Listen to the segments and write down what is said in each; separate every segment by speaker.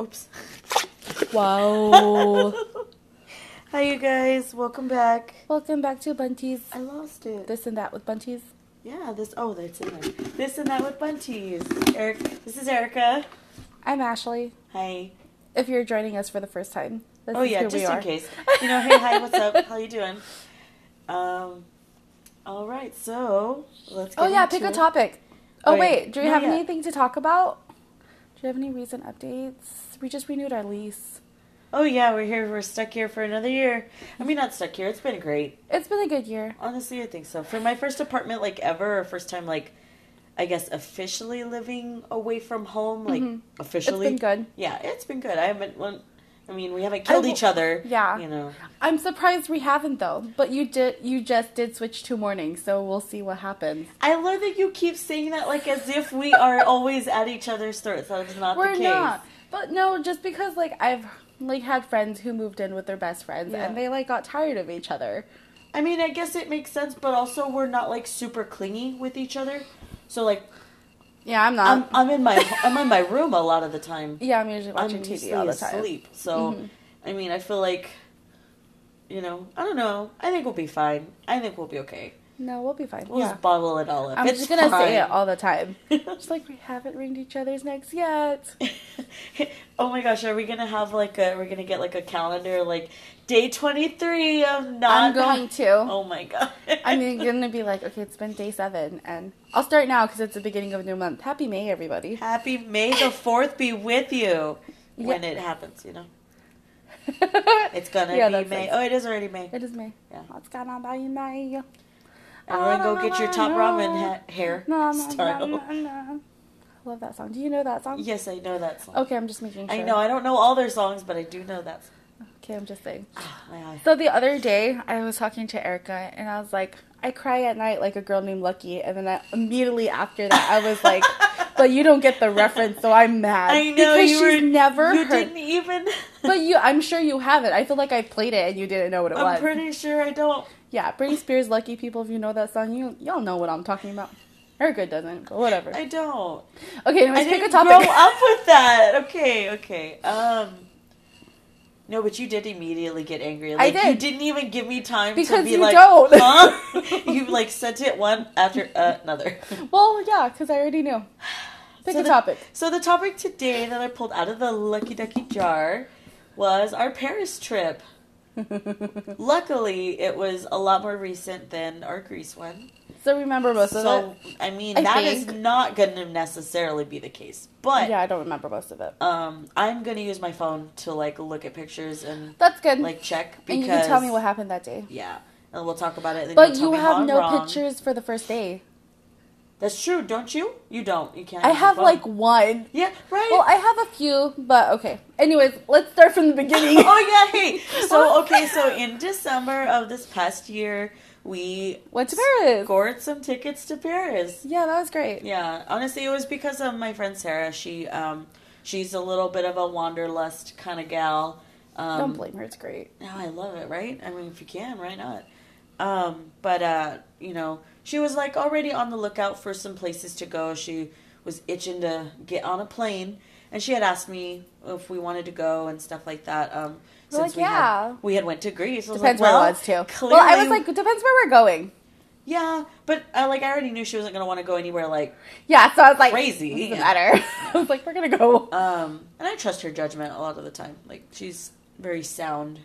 Speaker 1: Oops.
Speaker 2: Wow.
Speaker 1: Hi, you guys. Welcome back.
Speaker 2: Welcome back to Bunties.
Speaker 1: I lost it.
Speaker 2: This and that with Bunties.
Speaker 1: yeah, this. Oh, that's in there. This and that with bunties. Eric. This is Erica.
Speaker 2: I'm Ashley.
Speaker 1: Hi.
Speaker 2: If you're joining us for the first time, this
Speaker 1: oh
Speaker 2: is
Speaker 1: yeah,
Speaker 2: who we
Speaker 1: just in
Speaker 2: are.
Speaker 1: case. You know, hey, hi, what's up? How you doing? Um. All right, so let's.
Speaker 2: Oh
Speaker 1: get
Speaker 2: yeah,
Speaker 1: into
Speaker 2: pick a
Speaker 1: it.
Speaker 2: topic. Oh
Speaker 1: Wait,
Speaker 2: wait, do we
Speaker 1: not
Speaker 2: have
Speaker 1: yet.
Speaker 2: anything to talk about? Do you have any recent updates? We just renewed our lease.
Speaker 1: Oh yeah, we're here. We're stuck here for another year. I mean, not stuck here. It's been great.
Speaker 2: It's been a good year.
Speaker 1: Honestly, I think so. For my first apartment, like ever, or first time, like, I guess officially living away from home, like
Speaker 2: Mhm.
Speaker 1: officially.
Speaker 2: It's been good.
Speaker 1: Yeah, it's been good. I haven't. One, I mean, we haven't
Speaker 2: I
Speaker 1: killed
Speaker 2: will-
Speaker 1: each other.
Speaker 2: yeah.
Speaker 1: you know.
Speaker 2: I'm surprised we haven't though. But you did. You just did switch to morning, so we'll see what happens.
Speaker 1: I love that you keep saying that, like as if we are always at each other's throats. That is not
Speaker 2: We're
Speaker 1: the case.
Speaker 2: not. But no, just because like I've like had friends who moved in with their best friends
Speaker 1: Yeah.
Speaker 2: and they like got tired of each other.
Speaker 1: I mean, I guess it makes sense, but also we're not like super clingy with each other. So like,
Speaker 2: Yeah, I'm not.
Speaker 1: I'm I'm in my I'm in my room a lot of the time.
Speaker 2: yeah, I'm Mm-hmm. usually watching
Speaker 1: I'm usually
Speaker 2: TV all the time.
Speaker 1: asleep. So I mean, I feel like, you know, I don't know. I think we'll be fine. I think we'll be okay.
Speaker 2: No, we'll be fine.
Speaker 1: We'll
Speaker 2: yeah.
Speaker 1: just bottle it all up.
Speaker 2: I'm
Speaker 1: it's
Speaker 2: just gonna say it
Speaker 1: fine.
Speaker 2: all the time. Just like we haven't ringed each other's necks yet.
Speaker 1: oh my gosh, are we gonna have like a? We're gonna get like a calendar like day twenty three of not.
Speaker 2: I'm going to.
Speaker 1: Oh my god.
Speaker 2: I'm gonna be like, okay, it's been day seven, and I'll start now because it's the beginning of a new month. Happy May, everybody.
Speaker 1: Happy May the Fourth be with you when
Speaker 2: Yeah.
Speaker 1: it happens. You know,
Speaker 2: it's
Speaker 1: it's gonna
Speaker 2: Yeah,
Speaker 1: be
Speaker 2: that's
Speaker 1: May.
Speaker 2: nice.
Speaker 1: Oh, it is already May.
Speaker 2: It is May.
Speaker 1: Yeah.
Speaker 2: What's going on by you, May?
Speaker 1: Everyone, go get your top ramen ha- hair
Speaker 2: No, no, no,
Speaker 1: style.
Speaker 2: no, no. I love that song. Do you know that song?
Speaker 1: Yes, I know that song.
Speaker 2: Okay, I'm just making sure.
Speaker 1: I know. I don't know all their songs, but I do know that. Song.
Speaker 2: Okay, I'm just saying.
Speaker 1: Ah, my eye.
Speaker 2: So the other day, I was talking to Erica, and I was like, I cry at night like a girl named Lucky, and then I, immediately after that, I was like, but you don't get the reference, so I'm mad.
Speaker 1: I know
Speaker 2: because
Speaker 1: you
Speaker 2: she's
Speaker 1: were
Speaker 2: never
Speaker 1: You
Speaker 2: heard.
Speaker 1: didn't e- even.
Speaker 2: But you, I'm sure you have it. I feel like I played it and you didn't know what it was.
Speaker 1: I'm pretty sure I don't.
Speaker 2: yeah, Britney Spears, Lucky People. If you know that song, you y'all know what I'm talking about. Erica doesn't, but whatever.
Speaker 1: I don't.
Speaker 2: okay,
Speaker 1: I
Speaker 2: anyways, pick
Speaker 1: didn't
Speaker 2: a topic.
Speaker 1: grow up with that. Okay, okay. Um. No, but you did immediately get angry. Like, You
Speaker 2: did.
Speaker 1: didn't even give me time to
Speaker 2: Because
Speaker 1: be
Speaker 2: you
Speaker 1: like,
Speaker 2: don't.
Speaker 1: huh? you like sent it one after another.
Speaker 2: Well, yeah, because I already knew. Pick
Speaker 1: So
Speaker 2: a
Speaker 1: the-
Speaker 2: topic.
Speaker 1: So the topic today that I pulled out of the lucky ducky jar was our Paris trip. Luckily, it was a lot more recent than our Greece one.
Speaker 2: so remember most of
Speaker 1: So
Speaker 2: it.
Speaker 1: I mean,
Speaker 2: I
Speaker 1: that is
Speaker 2: think.
Speaker 1: not going to necessarily be the case. But
Speaker 2: yeah, I don't remember most of it.
Speaker 1: um, I'm going to use my phone to like look at pictures and
Speaker 2: That's good.
Speaker 1: like check because
Speaker 2: and you can tell me what happened that day.
Speaker 1: Yeah, and we'll talk about it. And
Speaker 2: But
Speaker 1: you'll tell
Speaker 2: you
Speaker 1: me how
Speaker 2: have
Speaker 1: I'm
Speaker 2: no
Speaker 1: wrong.
Speaker 2: pictures for the first day.
Speaker 1: That's true, don't you? You don't. You can't.
Speaker 2: I
Speaker 1: use your
Speaker 2: have
Speaker 1: phone.
Speaker 2: like one.
Speaker 1: yeah, right.
Speaker 2: Well, I have a few, but okay. Anyways, let's start from the beginning.
Speaker 1: oh yeah. Hey. So okay. So in December of this past year, we
Speaker 2: Went to Paris.
Speaker 1: scored some tickets to Paris.
Speaker 2: Yeah, that was great.
Speaker 1: Yeah. Honestly, it was because of my friend Sarah. She um, she's a little bit of a wanderlust kind of gal. Um,
Speaker 2: don't blame her. It's great.
Speaker 1: No, I love it, right? I mean, if you can, why not? Um, but uh, you know, she was like already on the lookout for some places to go. She was itching to get on a plane, and she had asked me if we wanted to go and stuff like that. Um,
Speaker 2: We're like,
Speaker 1: we
Speaker 2: yeah.
Speaker 1: had, we had went to Greece. I was
Speaker 2: Depends
Speaker 1: like, well,
Speaker 2: where it was too.
Speaker 1: Clearly,
Speaker 2: well, I was like, depends where we're going.
Speaker 1: yeah, but uh, like I already knew she wasn't gonna want to go anywhere. Like,
Speaker 2: Yeah, so I was like,
Speaker 1: Crazy,
Speaker 2: Doesn't
Speaker 1: yeah.
Speaker 2: matter. I was like, we're gonna go.
Speaker 1: um, and I trust her judgment a lot of the time. Like, she's very sound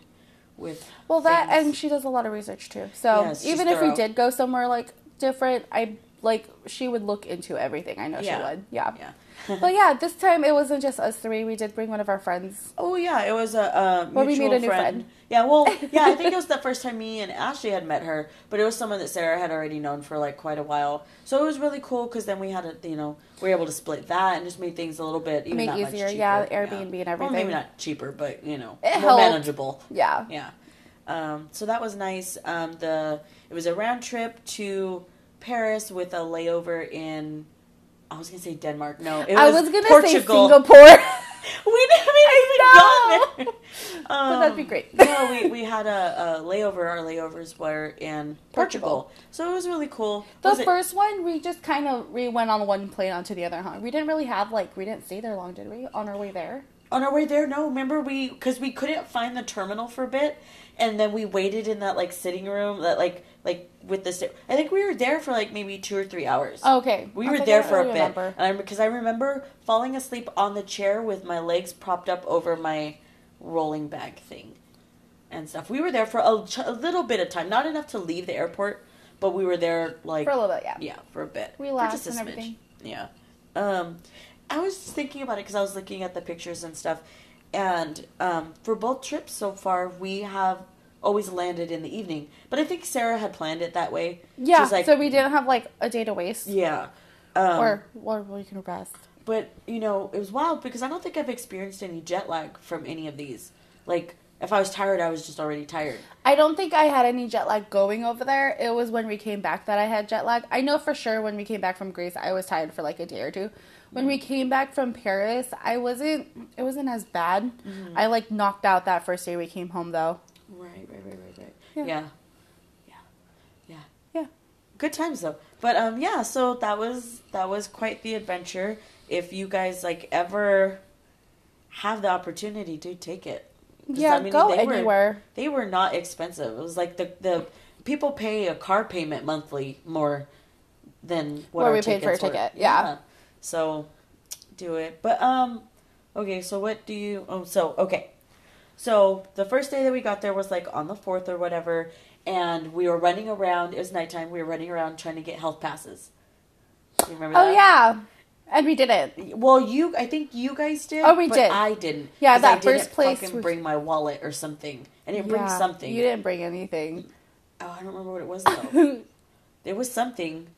Speaker 1: with
Speaker 2: Well, that
Speaker 1: things.
Speaker 2: and she does a lot of research too. So
Speaker 1: Yeah, it's just
Speaker 2: even if we
Speaker 1: thorough.
Speaker 2: did go somewhere like different, I like she would look into everything. I know
Speaker 1: Yeah.
Speaker 2: she would. Yeah.
Speaker 1: yeah.
Speaker 2: but yeah, this time it wasn't just us three. We did bring one of our friends.
Speaker 1: Oh yeah, it was a, a mutual
Speaker 2: Well, we made a new
Speaker 1: friend.
Speaker 2: friend.
Speaker 1: Yeah, well, yeah, I think it was the first time me and Ashley had met her, but it was someone that Sarah had already known for like quite a while. So it was really cool because then we had a, you know, we were able to split that and just made things a little bit even
Speaker 2: Make
Speaker 1: that
Speaker 2: easier,
Speaker 1: much
Speaker 2: yeah,
Speaker 1: cheaper.
Speaker 2: Airbnb and
Speaker 1: Well, maybe
Speaker 2: everything.
Speaker 1: not cheaper, but you know,
Speaker 2: It
Speaker 1: more
Speaker 2: helped.
Speaker 1: manageable.
Speaker 2: Yeah.
Speaker 1: Yeah, um, so that was nice. Um, the it was a round trip to Paris with a layover in. I was gonna say Denmark. No, it
Speaker 2: I
Speaker 1: was
Speaker 2: was gonna
Speaker 1: Portugal.
Speaker 2: say Singapore.
Speaker 1: We didn't I even got
Speaker 2: know.
Speaker 1: there. Um,
Speaker 2: that'd be great.
Speaker 1: no, we, we had a, a layover. Our layovers were in Portugal.
Speaker 2: Portugal.
Speaker 1: So it was really cool.
Speaker 2: the
Speaker 1: Was it-
Speaker 2: first one, we just kind of we went on one plane onto the other, huh? We didn't really have like we didn't stay there long, did we? On our way there,
Speaker 1: on our way there, no, remember we because we couldn't find the terminal for a bit, and then we waited in that like sitting room that like like with the. sta- I think we were there for like maybe two or three hours.
Speaker 2: okay.
Speaker 1: We
Speaker 2: I
Speaker 1: were
Speaker 2: was like,
Speaker 1: there
Speaker 2: I don't
Speaker 1: for a
Speaker 2: really
Speaker 1: bit,
Speaker 2: remember.
Speaker 1: and because I remember falling asleep on the chair with my legs propped up over my rolling bag thing, and stuff. We were there for a, ch- a little bit of time, not enough to leave the airport, but we were there like
Speaker 2: For a little bit, yeah.
Speaker 1: yeah for a bit,
Speaker 2: We
Speaker 1: For
Speaker 2: laughed
Speaker 1: just a
Speaker 2: and
Speaker 1: smidge.
Speaker 2: everything.
Speaker 1: Yeah, um, I was just thinking about it because I was looking at the pictures and stuff, and um, for both trips so far, we have always landed in the evening. But I think Sarah had planned it that way.
Speaker 2: Yeah,
Speaker 1: She's like,
Speaker 2: so we didn't have like a day to waste,
Speaker 1: yeah. Um,
Speaker 2: or or we can rest.
Speaker 1: but you know, it was wild because I don't think I've experienced any jet lag from any of these. Like, if I was tired, I was just already tired.
Speaker 2: I don't think I had any jet lag going over there. It was when we came back that I had jet lag. I know for sure when we came back from Greece, I was tired for like a day or two. When we came back from Paris, I wasn't. It wasn't as bad.
Speaker 1: Mm-hmm.
Speaker 2: I like knocked out that first day we came home though.
Speaker 1: Right, right, right, right, right. Yeah.
Speaker 2: Yeah.
Speaker 1: yeah, yeah, yeah,
Speaker 2: Yeah.
Speaker 1: Good times though. But um, yeah. So that was that was quite the adventure. If you guys like ever have the opportunity to take it, 'Cause,
Speaker 2: Yeah,
Speaker 1: I mean,
Speaker 2: go
Speaker 1: they were-
Speaker 2: anywhere.
Speaker 1: they were not expensive. It was like the the people pay a car payment monthly more than what
Speaker 2: What
Speaker 1: our
Speaker 2: we paid for
Speaker 1: tickets
Speaker 2: a
Speaker 1: were.
Speaker 2: ticket, yeah.
Speaker 1: So do it. But um okay, so what do you oh so okay. So the first day that we got there was like on the 4th or whatever and we were running around. It was nighttime. We were running around trying to get health passes. You remember
Speaker 2: Oh
Speaker 1: that?
Speaker 2: yeah, and we didn't.
Speaker 1: Well, you, I think you guys did.
Speaker 2: Oh, we
Speaker 1: but
Speaker 2: did.
Speaker 1: I didn't.
Speaker 2: Yeah,
Speaker 1: 'cause I
Speaker 2: that first
Speaker 1: didn't
Speaker 2: place
Speaker 1: Fucking
Speaker 2: was-
Speaker 1: bring my wallet or something. I didn't bring
Speaker 2: Yeah,
Speaker 1: something.
Speaker 2: You didn't bring anything.
Speaker 1: Oh, I don't remember what it was
Speaker 2: I
Speaker 1: though. it was something.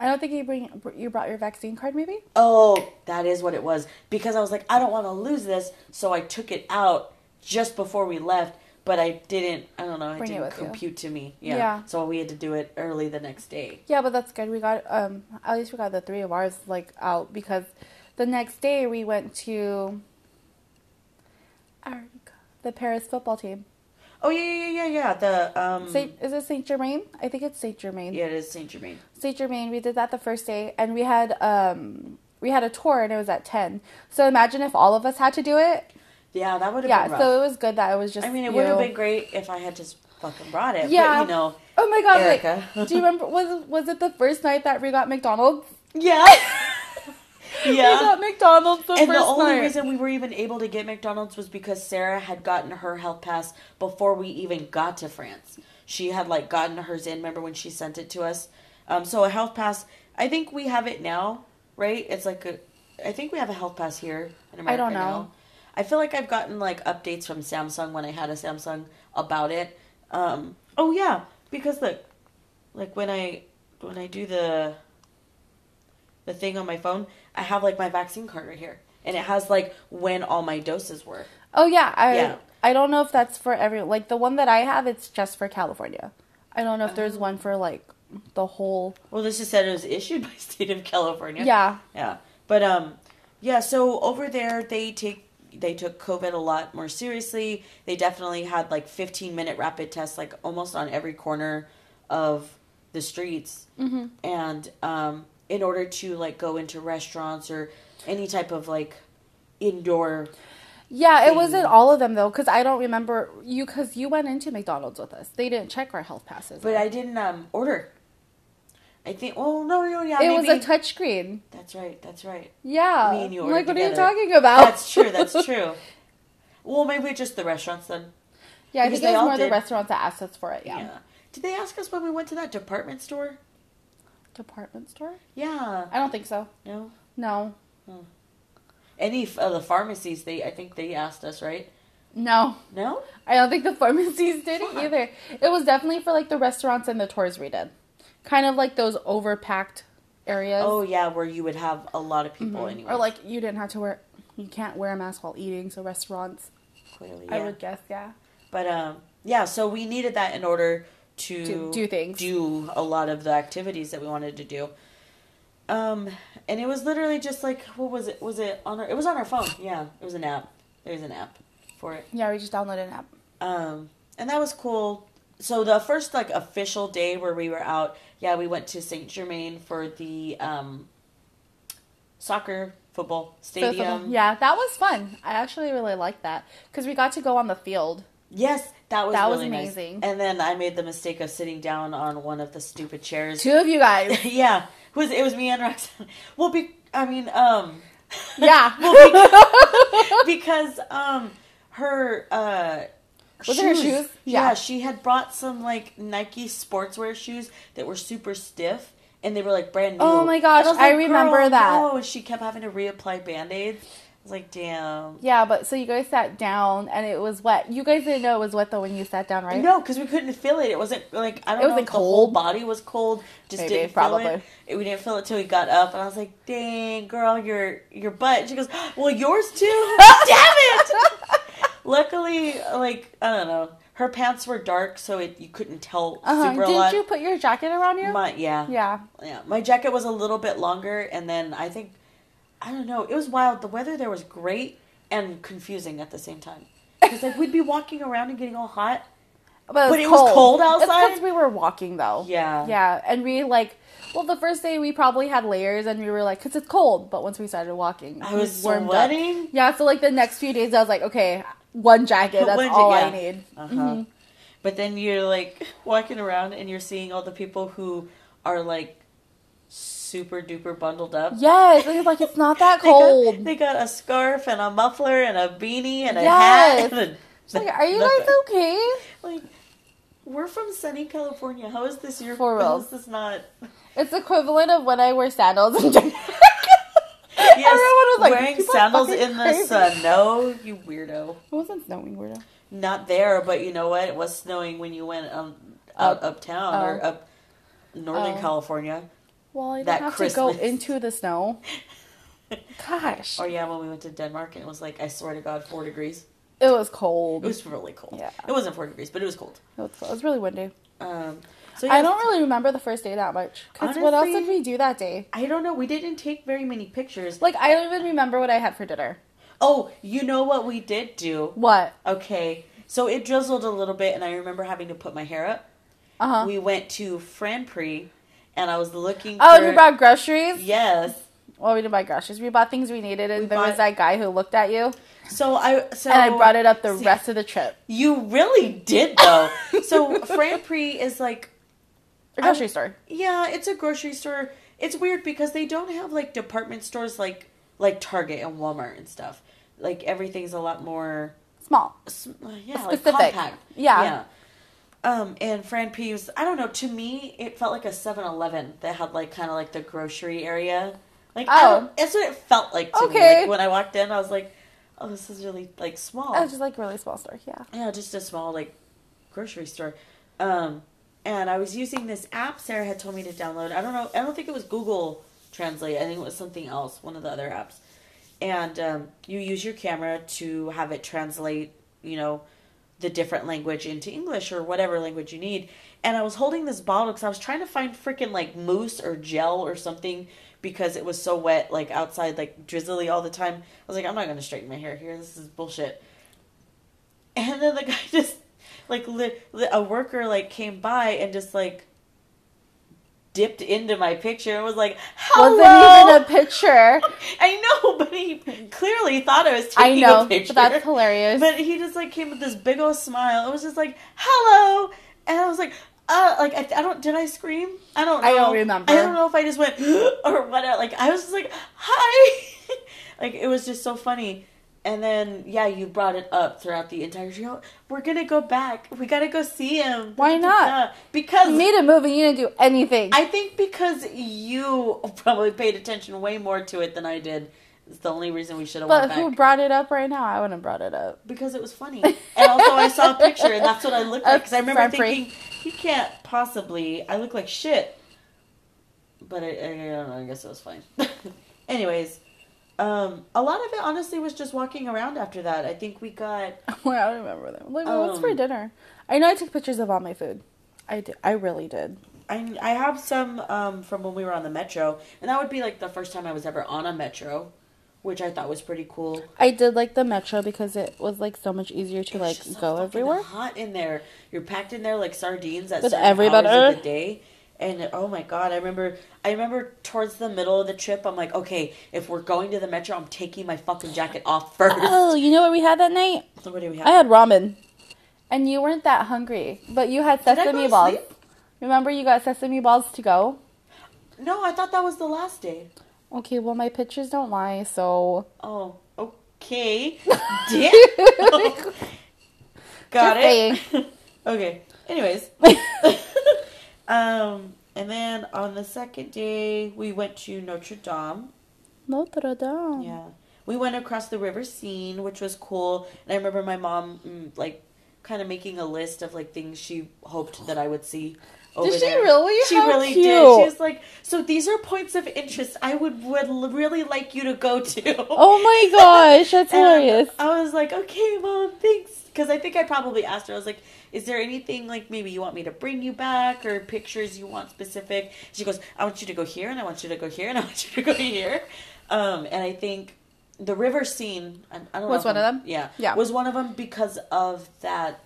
Speaker 2: don't think you bring. You brought your vaccine card, maybe.
Speaker 1: Oh, that is what it was. Because I was like, I don't want to lose this, so I took it out just before we left. But I didn't. I don't know. It
Speaker 2: Bring it
Speaker 1: didn't
Speaker 2: with you.
Speaker 1: compute to me. Yeah.
Speaker 2: Yeah.
Speaker 1: So we had to do it early the next day.
Speaker 2: Yeah, but that's good. We got um at least we got the three of ours like out because the next day we went to Arica, the Paris football team.
Speaker 1: Oh yeah, yeah, yeah, yeah. yeah. The um.
Speaker 2: Saint, is it Saint Germain? I think it's Saint Germain.
Speaker 1: Yeah, it is Saint Germain.
Speaker 2: Saint Germain. We did that the first day, and we had um we had a tour, and it was at ten. So imagine if all of us had to do it.
Speaker 1: Yeah, that would have
Speaker 2: Yeah,
Speaker 1: been rough.
Speaker 2: so it was good that it was just.
Speaker 1: I mean, it
Speaker 2: you.
Speaker 1: would have been great if I had just fucking brought it.
Speaker 2: Yeah.
Speaker 1: But, you know.
Speaker 2: Oh my god! wait.
Speaker 1: Erica.
Speaker 2: do you remember? Was was it the first night that we got McDonald's?
Speaker 1: Yeah.
Speaker 2: We
Speaker 1: yeah.
Speaker 2: got McDonald's the
Speaker 1: and
Speaker 2: first
Speaker 1: the only
Speaker 2: night.
Speaker 1: reason we were even able to get McDonald's was because Sarah had gotten her health pass before we even got to France. She had like gotten hers in. Remember when she sent it to us? Um, so a health pass. I think we have it now, right? It's like a. I think we have a health pass here in America
Speaker 2: I don't know.
Speaker 1: now. I feel like I've gotten like updates from Samsung when I had a Samsung about it. Um, oh yeah, because look, like when I when I do the the thing on my phone, I have like my vaccine card right here, and it has like when all my doses were.
Speaker 2: Oh yeah, I
Speaker 1: Yeah.
Speaker 2: I don't know if that's for every like the one that I have. It's just for California. I don't know if there's one for like the whole.
Speaker 1: Well, this just said it was issued by state of California.
Speaker 2: Yeah.
Speaker 1: yeah, but um, yeah. So over there, they take they took COVID a lot more seriously. They definitely had like 15 minute rapid tests, like almost on every corner of the streets, mm-hmm. and um, in order to like go into restaurants or any type of like indoor
Speaker 2: Yeah, it wasn't
Speaker 1: Thing.
Speaker 2: all of them though, because I don't remember you because you went into McDonald's with us. They didn't check our health passes.
Speaker 1: But I didn't um order. I think. Oh no, no, yeah,
Speaker 2: it
Speaker 1: maybe.
Speaker 2: was a touchscreen.
Speaker 1: that's right. That's right.
Speaker 2: Yeah,
Speaker 1: Me and you
Speaker 2: I'm
Speaker 1: ordered
Speaker 2: like what are you
Speaker 1: together.
Speaker 2: talking about?
Speaker 1: That's true. That's true. well, maybe just the restaurants then.
Speaker 2: yeah, I
Speaker 1: Because
Speaker 2: think
Speaker 1: they
Speaker 2: it was
Speaker 1: all
Speaker 2: more
Speaker 1: did.
Speaker 2: the restaurants that asked us for it. Yeah.
Speaker 1: Did they ask us when we went to that department store?
Speaker 2: department store.
Speaker 1: Yeah.
Speaker 2: I don't think so.
Speaker 1: No.
Speaker 2: No,
Speaker 1: Any f- of the pharmacies? They, I think they asked us, right?
Speaker 2: no,
Speaker 1: No.
Speaker 2: I don't think the pharmacies did it
Speaker 1: Fuck.
Speaker 2: either. It was definitely for like the restaurants and the tours we did, kind of like those overpacked areas. Mm-hmm.
Speaker 1: Oh yeah, where you would have a lot of people anyway.
Speaker 2: Or like you didn't have to wear, you can't wear a mask while eating. So restaurants,
Speaker 1: clearly,
Speaker 2: I
Speaker 1: yeah.
Speaker 2: would guess, yeah.
Speaker 1: But um, yeah. So we needed that in order to
Speaker 2: To do things.
Speaker 1: do a lot of the activities that we wanted to do. Um, and it was literally just like, what was it? Was it on our? It was on our phone. Yeah, it was an app. There's an app for it.
Speaker 2: Yeah, we just downloaded an app.
Speaker 1: Um, and that was cool. So the first like official day where we were out, yeah, we went to Saint Germain for the um, soccer football stadium.
Speaker 2: Yeah, that was fun. I actually really liked that because we got to go on the field.
Speaker 1: Yes, that was
Speaker 2: That was
Speaker 1: really nice.
Speaker 2: amazing.
Speaker 1: And then I made the mistake of sitting down on one of the stupid chairs.
Speaker 2: Two of you guys.
Speaker 1: yeah, it was it was me and Roxanne. Well, be I mean, um,
Speaker 2: Yeah.
Speaker 1: because um, her uh,
Speaker 2: Was it her shoes?
Speaker 1: Yeah.
Speaker 2: Yeah.
Speaker 1: she had brought some like Nike sportswear shoes that were super stiff. And they were like brand new.
Speaker 2: Oh my gosh,
Speaker 1: And was
Speaker 2: I
Speaker 1: like,
Speaker 2: remember
Speaker 1: "Girl,
Speaker 2: that."
Speaker 1: No. And she kept having to reapply band aids. I was like, damn.
Speaker 2: yeah, but so you guys sat down and it was wet. You guys didn't know it was wet though when you sat down, right?
Speaker 1: No, because we couldn't feel it. It wasn't like I don't
Speaker 2: It
Speaker 1: know
Speaker 2: wasn't
Speaker 1: if the whole
Speaker 2: cold.
Speaker 1: body was cold. Just
Speaker 2: Maybe,
Speaker 1: didn't feel it.
Speaker 2: probably.
Speaker 1: it. We didn't feel it till we got up, and I was like, "Dang, girl, your your butt." She goes, "Well, yours too." Damn it! Luckily, like I don't know, her pants were dark, so it you couldn't tell
Speaker 2: Uh-huh.
Speaker 1: super a
Speaker 2: Didn't
Speaker 1: lot.
Speaker 2: you put your jacket around you?
Speaker 1: My yeah, yeah,
Speaker 2: yeah.
Speaker 1: My jacket was a little bit longer, and then I think I don't know. It was wild. The weather there was great and confusing at the same time. Because like we'd be walking around and getting all hot.
Speaker 2: But,
Speaker 1: But it was cold outside?
Speaker 2: because we were walking though.
Speaker 1: Yeah.
Speaker 2: Yeah, and we like. Well, the first day we probably had layers, and we were like, "Cause it's cold." But once we started walking,
Speaker 1: I
Speaker 2: we
Speaker 1: was
Speaker 2: warmed
Speaker 1: sweating.
Speaker 2: Up. Yeah, so like the next few days, I was like, "Okay, one jacket. That's
Speaker 1: One ja-
Speaker 2: all
Speaker 1: yeah.
Speaker 2: I need."
Speaker 1: Uh-huh.
Speaker 2: Mm-hmm.
Speaker 1: But then you're like walking around and you're seeing all the people who are like super duper bundled up.
Speaker 2: Yes, and it's like it's not that
Speaker 1: They got-
Speaker 2: cold.
Speaker 1: They got, a scarf and a muffler and a beanie and a
Speaker 2: Yes.
Speaker 1: hat. And a,
Speaker 2: It's like, are you guys okay?
Speaker 1: Like, we're from sunny California. How is this your
Speaker 2: For
Speaker 1: How
Speaker 2: real.
Speaker 1: is this not?
Speaker 2: It's equivalent of when I wear sandals and jacket.
Speaker 1: Yes, wearing
Speaker 2: "People are
Speaker 1: sandals
Speaker 2: fucking
Speaker 1: in the
Speaker 2: crazy."
Speaker 1: sun. No, you weirdo.
Speaker 2: It wasn't snowing, weirdo.
Speaker 1: Not there, but you know what? It was snowing when you went um, out
Speaker 2: Up.
Speaker 1: uptown or
Speaker 2: Oh.
Speaker 1: up northern
Speaker 2: Oh.
Speaker 1: California.
Speaker 2: Well, I didn't
Speaker 1: That
Speaker 2: have to
Speaker 1: Christmas.
Speaker 2: go into the snow. Gosh,
Speaker 1: Or yeah, when we went to Denmark and it was like I swear to God, four degrees.
Speaker 2: it was cold.
Speaker 1: It was really cold.
Speaker 2: Yeah.
Speaker 1: It wasn't four degrees, but it was cold.
Speaker 2: It was, it was really windy.
Speaker 1: Um, so
Speaker 2: I
Speaker 1: yeah,
Speaker 2: don't really remember the first day that much. Because what else
Speaker 1: Honestly-
Speaker 2: did we do that day?
Speaker 1: I don't know. We didn't take very many pictures.
Speaker 2: Like, I don't even remember what I had for dinner.
Speaker 1: Oh, you know what we did do?
Speaker 2: What?
Speaker 1: Okay, so it drizzled a little bit, and I remember having to put my hair up.
Speaker 2: Uh huh.
Speaker 1: We went to Franprix, and I was looking.
Speaker 2: Oh,
Speaker 1: for...
Speaker 2: we bought groceries?
Speaker 1: Yes.
Speaker 2: Well, we didn't buy groceries. We bought things we needed, and
Speaker 1: We
Speaker 2: there
Speaker 1: bought-
Speaker 2: was that guy who looked at you,
Speaker 1: So I so
Speaker 2: and I brought it up the
Speaker 1: See-
Speaker 2: rest of the trip.
Speaker 1: You really did though. so Franprix is like
Speaker 2: A
Speaker 1: I-
Speaker 2: grocery store.
Speaker 1: Yeah, it's a grocery store. It's weird because they don't have like department stores like like Target and Walmart and stuff. Like everything's a lot more
Speaker 2: Small.
Speaker 1: s- yeah, like
Speaker 2: Specific.
Speaker 1: compact.
Speaker 2: Yeah.
Speaker 1: Um, and Fran P's, I don't know, to me, it felt like a 7 Eleven that had, like, kind of like the grocery area. Like, I
Speaker 2: Oh.
Speaker 1: don't- that's what it felt like to me.
Speaker 2: Okay. Oh,
Speaker 1: Like, when I walked in, I was like, oh, this is really, like, small.
Speaker 2: It was just like really small store, yeah.
Speaker 1: Yeah, just a small like grocery store. Um, and I was using this app Sarah had told me to download. I don't know. I don't think it was Google Translate. I think it was something else, one of the other apps. And um, you use your camera to have it translate, you know, the different language into English or whatever language you need. And I was holding this bottle because I was trying to find freaking like mousse or gel or something because it was so wet, like outside, like drizzly all the time. I was like, I'm not going to straighten my hair here. This is bullshit. And then the guy just, like, li- li- a worker, like, came by and just, like, dipped into my picture and was like, hello.
Speaker 2: Wasn't even a picture.
Speaker 1: I know, but he clearly thought I was
Speaker 2: I
Speaker 1: taking
Speaker 2: know,
Speaker 1: a picture.
Speaker 2: but that's hilarious.
Speaker 1: But he just like came with this big old smile. It was just like, "Hello," and I was like, "Uh, like I, I don't. Did I scream? I don't. Know.
Speaker 2: I don't remember.
Speaker 1: I don't know if I just went or whatever. Like I was just like, "Hi," like it was just so funny. And then yeah, you brought it up throughout the entire show. We're gonna go back. We gotta go see him.
Speaker 2: Why not?
Speaker 1: Because
Speaker 2: you made a move and you didn't do anything.
Speaker 1: I think because you probably paid attention way more to it than I did. It's the only reason we should have went
Speaker 2: but
Speaker 1: back
Speaker 2: who brought it up right now? I wouldn't have brought it up.
Speaker 1: because it was funny. And also, I saw a picture, and that's what I looked like. Because I remember
Speaker 2: That's Frank
Speaker 1: thinking, he can't possibly. I look like shit. But I, I don't know. I guess it was fine. Anyways, um, a lot of it honestly was just walking around after that. I think we got.
Speaker 2: Well, I don't remember them. Like, what's
Speaker 1: Um,
Speaker 2: for dinner? I know I took pictures of all my food. I did. I really did.
Speaker 1: I I have some um, from when we were on the metro, and that would be like the first time I was ever on a metro, which I thought was pretty cool.
Speaker 2: I did like the metro because it was like so much easier to
Speaker 1: It was
Speaker 2: like
Speaker 1: just so
Speaker 2: go
Speaker 1: fucking
Speaker 2: everywhere.
Speaker 1: Hot in there, you're packed in there like sardines at
Speaker 2: With
Speaker 1: certain hours
Speaker 2: everybody.
Speaker 1: of the day, And oh my god, I remember I remember towards the middle of the trip I'm like, okay, if we're going to the metro, I'm taking my fucking jacket off first.
Speaker 2: Oh, you know what we had that night?
Speaker 1: So what do we have?
Speaker 2: I had ramen. And you weren't that hungry, but you had
Speaker 1: I go
Speaker 2: sesame
Speaker 1: to
Speaker 2: balls.
Speaker 1: sleep?
Speaker 2: Remember you got sesame balls to go?
Speaker 1: no, I thought that was the last day.
Speaker 2: Okay, well my pictures don't lie, so
Speaker 1: Oh, okay. Damn. Got
Speaker 2: Just
Speaker 1: it. okay. Anyways, um, and then on the second day we went to Notre Dame.
Speaker 2: Notre Dame.
Speaker 1: Yeah. Mm-hmm. We went across the river scene, which was cool. And I remember my mom, mm, like, kind of making a list of, like, things she hoped that I would see. Over
Speaker 2: she
Speaker 1: there.
Speaker 2: really?
Speaker 1: She
Speaker 2: How
Speaker 1: really
Speaker 2: cute.
Speaker 1: did. She was like, so these are points of interest I would, would l- really like you to go to.
Speaker 2: Oh my gosh, that's
Speaker 1: And
Speaker 2: hilarious.
Speaker 1: I was like, okay, mom, thanks. Because I think I probably asked her, I was like, is there anything like maybe you want me to bring you back or pictures you want specific? She goes, I want you to go here and I want you to go here and I want you to go here. Um, and I think the river scene I, I don't
Speaker 2: Was
Speaker 1: know if
Speaker 2: one of
Speaker 1: I'm-
Speaker 2: them?
Speaker 1: Yeah,
Speaker 2: Yeah.
Speaker 1: was one of them because of that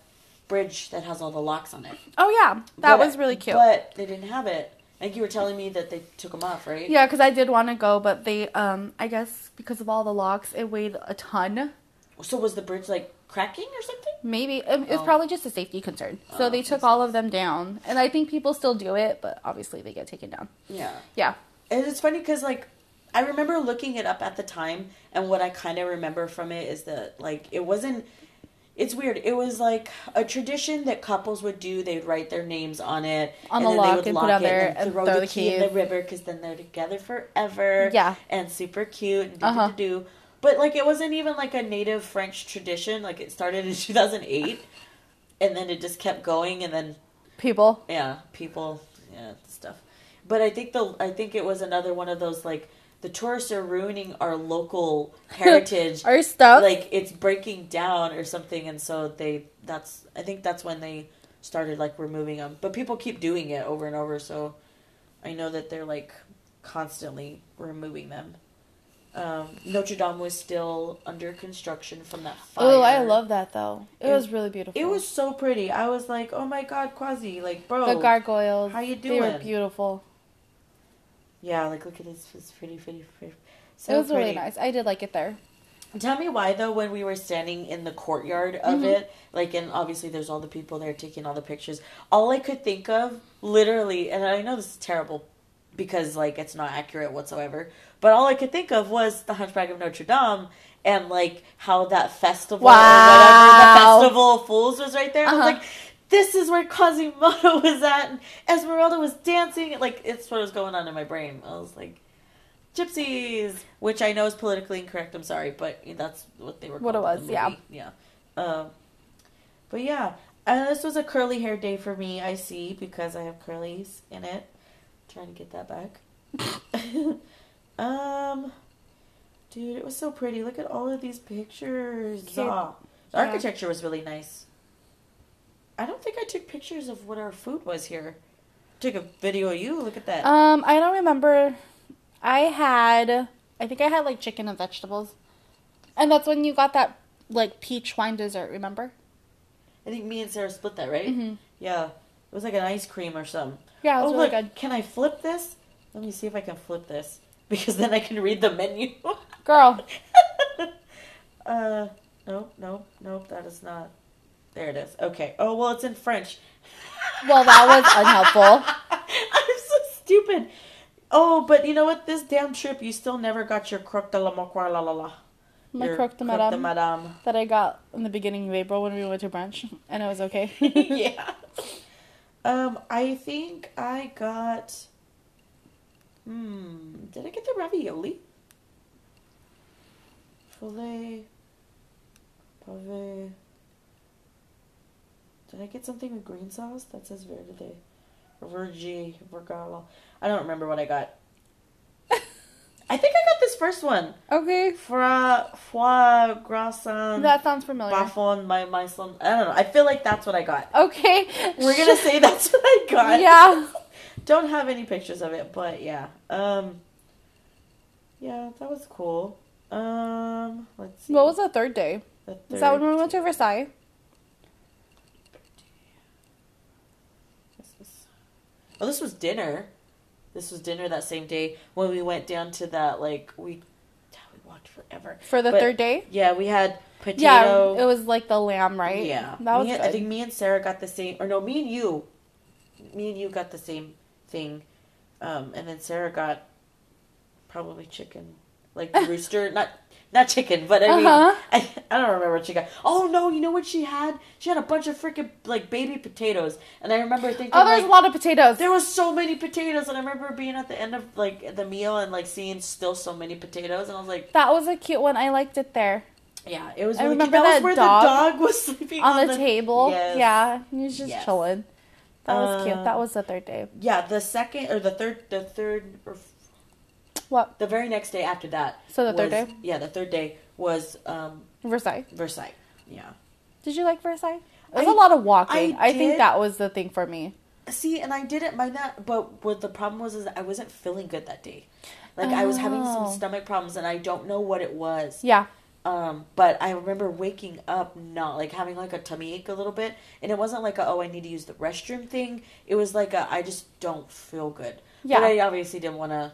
Speaker 1: bridge that has all the locks on it.
Speaker 2: Oh yeah, that
Speaker 1: But-
Speaker 2: was really cute.
Speaker 1: But they didn't have it. Like you were telling me that they took them off, right?
Speaker 2: Yeah, because I did want to go, but they, um, I guess because of all the locks, it weighed a ton.
Speaker 1: So was the bridge like cracking or something?
Speaker 2: Maybe it, it's
Speaker 1: Oh.
Speaker 2: probably just a safety concern. So
Speaker 1: Oh,
Speaker 2: they took
Speaker 1: makes
Speaker 2: all of them down, and I think people still do it, but obviously they get taken down.
Speaker 1: Yeah.
Speaker 2: Yeah,
Speaker 1: And it's funny because like I remember looking it up at the time, and what I kind of remember from it is that like it wasn't. It's weird. It was like a tradition that couples would do. They'd write their names on it
Speaker 2: On the lock and put on there
Speaker 1: then
Speaker 2: and throw the
Speaker 1: key in
Speaker 2: key.
Speaker 1: the river because then they're together forever.
Speaker 2: Yeah.
Speaker 1: and super cute and do
Speaker 2: Uh-huh.
Speaker 1: do do. do. But like it wasn't even like a native French tradition. Like it started in 2008, and then it just kept going, and then
Speaker 2: people.
Speaker 1: yeah people yeah stuff but i think the i think it was another one of those like the tourists are ruining our local heritage
Speaker 2: Our stuff.
Speaker 1: like it's breaking down or something and so they that's i think that's when they started like removing them but people keep doing it over and over so i know that they're like constantly removing them um, Notre Dame was still under construction from that fire.
Speaker 2: oh, I love that though. It,
Speaker 1: It-
Speaker 2: was really beautiful.
Speaker 1: It was so pretty. I was like, "Oh my God, Quasi! Like, bro,
Speaker 2: the gargoyles.
Speaker 1: how you
Speaker 2: They were
Speaker 1: doing?
Speaker 2: beautiful.
Speaker 1: Yeah, like look at this. It's pretty, pretty, pretty.
Speaker 2: it
Speaker 1: So
Speaker 2: was
Speaker 1: pretty.
Speaker 2: really nice. I did like it there.
Speaker 1: Tell me why though, when we were standing in the courtyard of
Speaker 2: Mm-hmm.
Speaker 1: it, like, and obviously there's all the people there taking all the pictures. All I could think of, literally, and I know this is terrible because like it's not accurate whatsoever, but all I could think of was the Hunchback of Notre Dame and like how that festival, or
Speaker 2: Wow.
Speaker 1: whatever the festival of fools was right there. I
Speaker 2: Uh-huh.
Speaker 1: was like. This is where Quasimodo was at, and Esmeralda was dancing. Like it's what was going on in my brain. I was like, gypsies, which I know is politically incorrect. I'm sorry, but that's what they were.
Speaker 2: What
Speaker 1: called
Speaker 2: it
Speaker 1: in
Speaker 2: was,
Speaker 1: the movie. yeah, Um, but yeah, uh, this was a curly hair day for me. I see because I have curlies in it. trying to get that back. um, dude, it was so pretty. Look at all of these pictures.
Speaker 2: Cute.
Speaker 1: Ah, the
Speaker 2: Yeah.
Speaker 1: architecture was really nice. I don't think I took pictures of what our food was here. Took a video of you. Look at that.
Speaker 2: Um, I don't remember. I had, I think I had like chicken and vegetables, and that's when you got that like peach wine dessert. Remember?
Speaker 1: I think me and Sarah split that, right?
Speaker 2: Mm-hmm.
Speaker 1: Yeah, it was like an ice cream or something.
Speaker 2: Yeah, it
Speaker 1: Oh
Speaker 2: was really
Speaker 1: look,
Speaker 2: good.
Speaker 1: can I flip this? Let me see if I can flip this because then I can read the menu.
Speaker 2: Girl,
Speaker 1: uh, nope, nope, nope. That is not. There it is. Okay. Oh well, it's in French.
Speaker 2: well that was unhelpful.
Speaker 1: I'm so stupid. Oh, but you know what? This damn trip, you still never got your croque de la moire la la la.
Speaker 2: My
Speaker 1: Your
Speaker 2: croque de
Speaker 1: croque
Speaker 2: madame
Speaker 1: madame.
Speaker 2: that I got in the beginning of April when we went to brunch, and it was okay.
Speaker 1: yeah. Um, I think I got. Hmm. Did I get the ravioli? Filet. Pavé. Did I get something with green sauce? That says verde. Vergi. Vergala. I don't remember what I got. I think I got this first one.
Speaker 2: okay,
Speaker 1: Fra, foie gras
Speaker 2: that sounds familiar.
Speaker 1: Buffon, my my son. I don't know. I feel like that's what I got.
Speaker 2: Okay,
Speaker 1: We're gonna say that's what I got.
Speaker 2: Yeah.
Speaker 1: Don't have any pictures of it, but yeah. Um. Yeah, that was cool. Um. Let's see.
Speaker 2: What was the third day?
Speaker 1: The
Speaker 2: Is that when
Speaker 1: third-
Speaker 2: we went to Versailles?
Speaker 1: This was- Oh, this was dinner. This was dinner that same day when we went down to that like we, yeah, we walked forever
Speaker 2: for the
Speaker 1: But,
Speaker 2: third day.
Speaker 1: Yeah, we had potato.
Speaker 2: Yeah, it was like the lamb, right?
Speaker 1: Yeah,
Speaker 2: that was
Speaker 1: Me
Speaker 2: good.
Speaker 1: and- I think me and Sarah got the same, or no, me and you, me and you got the same thing, um, and then Sarah got probably chicken, like rooster, not not chicken, but I mean,
Speaker 2: Uh-huh.
Speaker 1: I, I don't remember what she got. Oh no, you know what she had? She had a bunch of freaking like baby potatoes, and I remember thinking,
Speaker 2: oh, there's
Speaker 1: like,
Speaker 2: a lot of potatoes.
Speaker 1: there was so many potatoes, and I remember being at the end of like the meal and like seeing still so many potatoes, and I was like,
Speaker 2: that was a cute one. I liked it there
Speaker 1: yeah, it was.
Speaker 2: I
Speaker 1: Really cute.
Speaker 2: remember
Speaker 1: that was
Speaker 2: that
Speaker 1: where
Speaker 2: dog
Speaker 1: the dog was sleeping
Speaker 2: on, the,
Speaker 1: the
Speaker 2: table.
Speaker 1: Yes.
Speaker 2: Yeah, he was just
Speaker 1: Yes.
Speaker 2: chilling. That was
Speaker 1: Uh,
Speaker 2: cute. That was the third day.
Speaker 1: Yeah, the second or the third, the third or f-
Speaker 2: What
Speaker 1: the very next day after that.
Speaker 2: So the third
Speaker 1: was-
Speaker 2: day?
Speaker 1: Yeah, the third day was um
Speaker 2: Versailles?
Speaker 1: Versailles. Yeah.
Speaker 2: Did you like Versailles? It was
Speaker 1: I-
Speaker 2: a lot of walking.
Speaker 1: I
Speaker 2: I, think
Speaker 1: did.
Speaker 2: that was the thing for me.
Speaker 1: See, and I didn't mind that, but what the problem was is I wasn't feeling good that day. Like I was having some
Speaker 2: Oh.
Speaker 1: stomach problems, and I don't know what it was.
Speaker 2: Yeah.
Speaker 1: Um, but I remember waking up not like having like a tummy ache a little bit, and it wasn't like a, oh I need to use the restroom thing. It was like a, I just don't feel good.
Speaker 2: Yeah.
Speaker 1: But I obviously didn't want to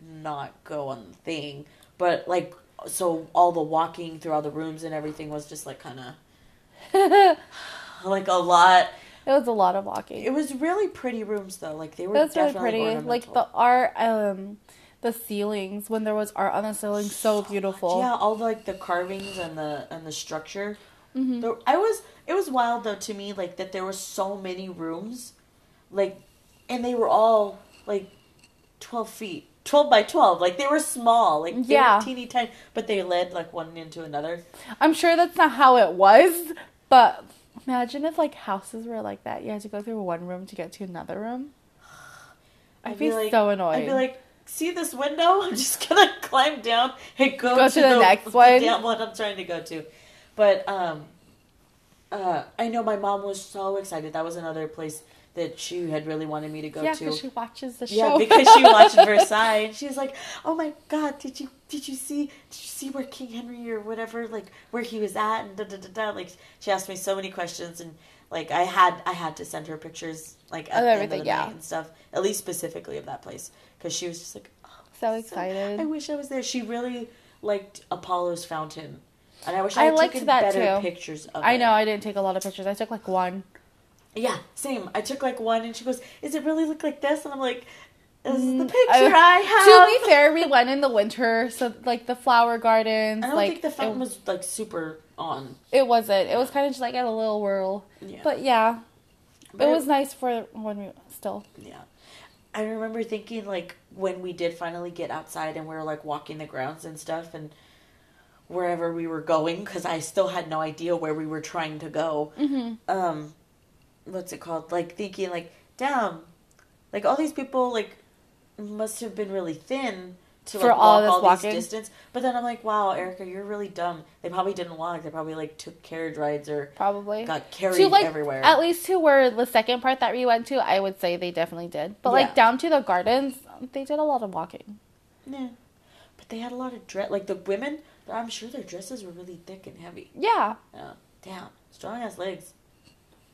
Speaker 1: not go on the thing, but like so all the walking through all the rooms and everything was just like kind of
Speaker 2: it
Speaker 1: like a lot.
Speaker 2: was a lot of walking.
Speaker 1: It was really pretty rooms though. Like they were
Speaker 2: That's really
Speaker 1: definitely
Speaker 2: pretty. Like the
Speaker 1: ornamental.
Speaker 2: art, um, the ceilings when there was art on the ceiling, so, beautiful.
Speaker 1: yeah, all the, like the carvings and the and the structure.
Speaker 2: Mhm.
Speaker 1: There- I was it was wild though to me like that there were so many rooms, like, and they were all like twelve feet, twelve by twelve. Like they were small, like they
Speaker 2: Yeah.
Speaker 1: were teeny tiny, but they led like one into another.
Speaker 2: I'm sure that's not how it was, but imagine if like houses were like that. You had to go through one room to get to another room. I'd, be,
Speaker 1: like,
Speaker 2: so annoyed.
Speaker 1: I'd be like, see this window? I'm just gonna climb down and go,
Speaker 2: Go
Speaker 1: to, the, next
Speaker 2: one.
Speaker 1: Damn one I'm trying to go to. But um, uh, I know my mom was so excited. That was another place that she had really wanted me to go
Speaker 2: yeah,
Speaker 1: to.
Speaker 2: because she watches the
Speaker 1: yeah,
Speaker 2: show.
Speaker 1: because she watched Versailles, and she's like, "Oh my God, did you did you see did you see where King Henry or whatever like where he was at?" And da da da da. Like she asked me so many questions, and like I had I had to send her pictures like at
Speaker 2: Of
Speaker 1: the end
Speaker 2: everything,
Speaker 1: of the
Speaker 2: yeah.
Speaker 1: night and stuff, at least specifically of that place, because she was just like, "Oh,
Speaker 2: so
Speaker 1: so-
Speaker 2: excited.
Speaker 1: I wish I was there." She really liked Apollo's fountain, and I wish
Speaker 2: I
Speaker 1: I, had
Speaker 2: liked
Speaker 1: taken
Speaker 2: that
Speaker 1: better
Speaker 2: too.
Speaker 1: pictures of
Speaker 2: I
Speaker 1: it.
Speaker 2: know I didn't take a lot of pictures. I took like one.
Speaker 1: Yeah, same. I took like one, and she goes, "Is it really look like this?" And I'm like, "This is the
Speaker 2: Mm,
Speaker 1: picture
Speaker 2: I-
Speaker 1: I,
Speaker 2: To
Speaker 1: have."
Speaker 2: be fair, we went in the winter, so like the flower gardens.
Speaker 1: I don't
Speaker 2: like
Speaker 1: think the fountain
Speaker 2: it,
Speaker 1: was like super on.
Speaker 2: it wasn't. It was kind of just like at a little whirl.
Speaker 1: Yeah,
Speaker 2: But yeah,
Speaker 1: But
Speaker 2: it was nice for when we still.
Speaker 1: Yeah, I remember thinking like when we did finally get outside and we were like walking the grounds and stuff and wherever we were going because I still had no idea where we were trying to go.
Speaker 2: Mm-hmm.
Speaker 1: um what's it called like thinking like damn like all these people like must have been really thin to like
Speaker 2: For
Speaker 1: walk
Speaker 2: all this
Speaker 1: all
Speaker 2: walking.
Speaker 1: this distance but then i'm like wow erica you're really dumb they probably didn't walk they probably like took carriage rides or
Speaker 2: Probably.
Speaker 1: got carried
Speaker 2: to like
Speaker 1: everywhere
Speaker 2: at least who were the second part that we went to, I would say they definitely did. But
Speaker 1: Yeah.
Speaker 2: like down to the gardens, they did a lot of walking.
Speaker 1: yeah. but they had a lot of dress like the women i'm sure their dresses were really thick and heavy
Speaker 2: Yeah,
Speaker 1: yeah damn strong ass legs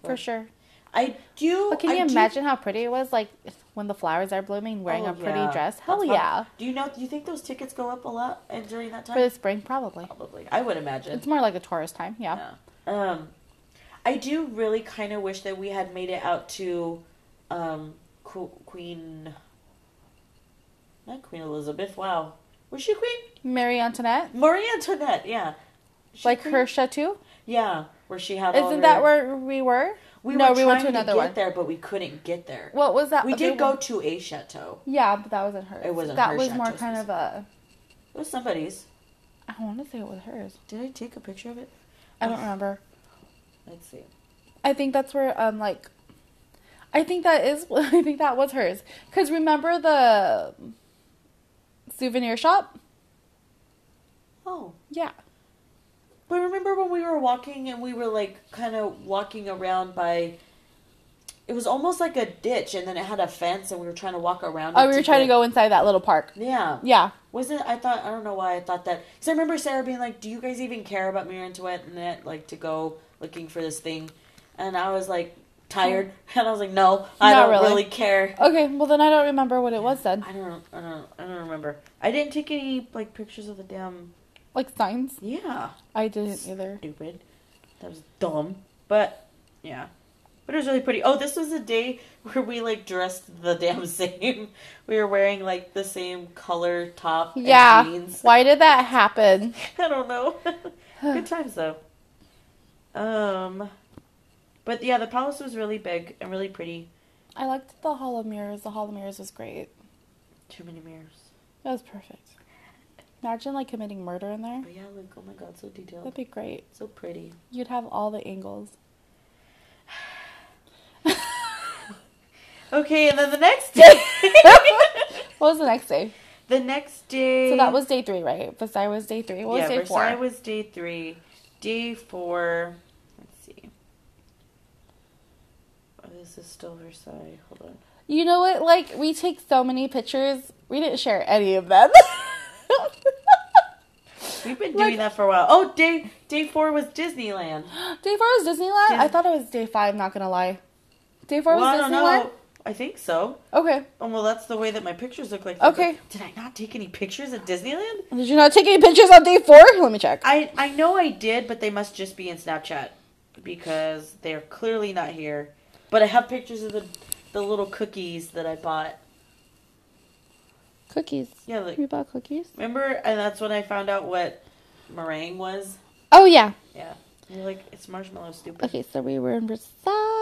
Speaker 2: for sure.
Speaker 1: i do
Speaker 2: But can
Speaker 1: I
Speaker 2: you
Speaker 1: do-
Speaker 2: imagine how pretty it was? Like when the flowers are blooming, wearing
Speaker 1: Oh,
Speaker 2: a pretty
Speaker 1: yeah.
Speaker 2: dress. Hell
Speaker 1: That's prob-
Speaker 2: yeah,
Speaker 1: do you know do you think those tickets go up a lot and during that time
Speaker 2: for the spring probably.
Speaker 1: probably i would imagine
Speaker 2: It's more like a tourist time. Yeah.
Speaker 1: Yeah. Um, I do really kind of wish that we had made it out to um, Qu- Queen. Not Queen Elizabeth. Wow, was she Queen
Speaker 2: Marie Antoinette,
Speaker 1: Marie Antoinette? Yeah, She
Speaker 2: like
Speaker 1: queen?
Speaker 2: her chateau.
Speaker 1: Yeah, where she had. all
Speaker 2: Isn't
Speaker 1: her-
Speaker 2: that where we were?
Speaker 1: We
Speaker 2: no,
Speaker 1: were
Speaker 2: we went
Speaker 1: trying
Speaker 2: to another
Speaker 1: get
Speaker 2: one. uh,
Speaker 1: there, but we couldn't get there.
Speaker 2: What was that?
Speaker 1: we
Speaker 2: other
Speaker 1: did go
Speaker 2: one?
Speaker 1: to a chateau.
Speaker 2: Yeah, but that wasn't hers.
Speaker 1: It wasn't
Speaker 2: That
Speaker 1: her
Speaker 2: was more
Speaker 1: chateau
Speaker 2: kind of a.
Speaker 1: It was somebody's.
Speaker 2: I want to say it was hers.
Speaker 1: Did I take a picture of it?
Speaker 2: I don't remember.
Speaker 1: Let's see.
Speaker 2: I think that's where um like I think that is I think that was hers cuz remember the souvenir shop?
Speaker 1: Oh.
Speaker 2: Yeah.
Speaker 1: But remember when we were walking and we were like kind of walking around by. It was almost like a ditch, and then it had a fence, and we were trying to walk around.
Speaker 2: Oh,
Speaker 1: it
Speaker 2: we were trying to
Speaker 1: get-
Speaker 2: go inside that little park.
Speaker 1: Yeah,
Speaker 2: Yeah.
Speaker 1: was it? I thought I don't know why I thought that because I remember Sarah being like, "Do you guys even care about Mirror and Toinette like to go looking for this thing?" And I was like, tired? And I was like, no, I
Speaker 2: Oh. Not
Speaker 1: don't
Speaker 2: really.
Speaker 1: really, care.
Speaker 2: Okay, well then I don't remember what it was then.
Speaker 1: I don't, I don't, I don't remember. I didn't take any like pictures of the damn.
Speaker 2: Like signs?
Speaker 1: Yeah,
Speaker 2: I didn't either.
Speaker 1: stupid. That was dumb. But yeah, but it was really pretty. Oh, this was a day where we like dressed the damn same. We were wearing like the same color top and
Speaker 2: Yeah.
Speaker 1: jeans.
Speaker 2: Why did that happen?
Speaker 1: I don't know. Good times though. Um, but yeah, the palace was really big and really pretty.
Speaker 2: I liked the hollow mirrors. The hollow mirrors was great.
Speaker 1: Too many mirrors.
Speaker 2: That was perfect. Imagine like committing murder in there.
Speaker 1: But yeah, look, oh my god, so detailed,
Speaker 2: That'd be great.
Speaker 1: so pretty.
Speaker 2: You'd have all the angles.
Speaker 1: Okay, and then the next day,
Speaker 2: What was the next day?
Speaker 1: the next day.
Speaker 2: So that was day three, right? Versailles was day three. What was
Speaker 1: yeah,
Speaker 2: day
Speaker 1: Versailles
Speaker 2: four?
Speaker 1: was day three. Day four. Let's see. Oh, this is still Versailles. Hold on.
Speaker 2: You know what? Like we take so many pictures, we didn't share any of them.
Speaker 1: We've been
Speaker 2: Like-
Speaker 1: doing that for a while. Oh, day day four was Disneyland.
Speaker 2: day four was Disneyland. I
Speaker 1: Dis-
Speaker 2: thought it was day five. Not gonna lie. Day four
Speaker 1: Well, I
Speaker 2: was
Speaker 1: don't
Speaker 2: Disneyland.
Speaker 1: know. I think so.
Speaker 2: Okay.
Speaker 1: Oh well, that's the way that my pictures look like. Like,
Speaker 2: Okay.
Speaker 1: Did I not take any pictures at Disneyland?
Speaker 2: Did you not take any pictures on day four? Let me check.
Speaker 1: I I know I did, but they must just be in Snapchat because they're clearly not here. But I have pictures of the the little cookies that I bought.
Speaker 2: Cookies.
Speaker 1: Yeah, like
Speaker 2: We bought cookies.
Speaker 1: remember, and that's when I found out what meringue was.
Speaker 2: Oh yeah.
Speaker 1: Yeah, And you're like it's marshmallow, stupid.
Speaker 2: Okay, so we were in Versailles. Oh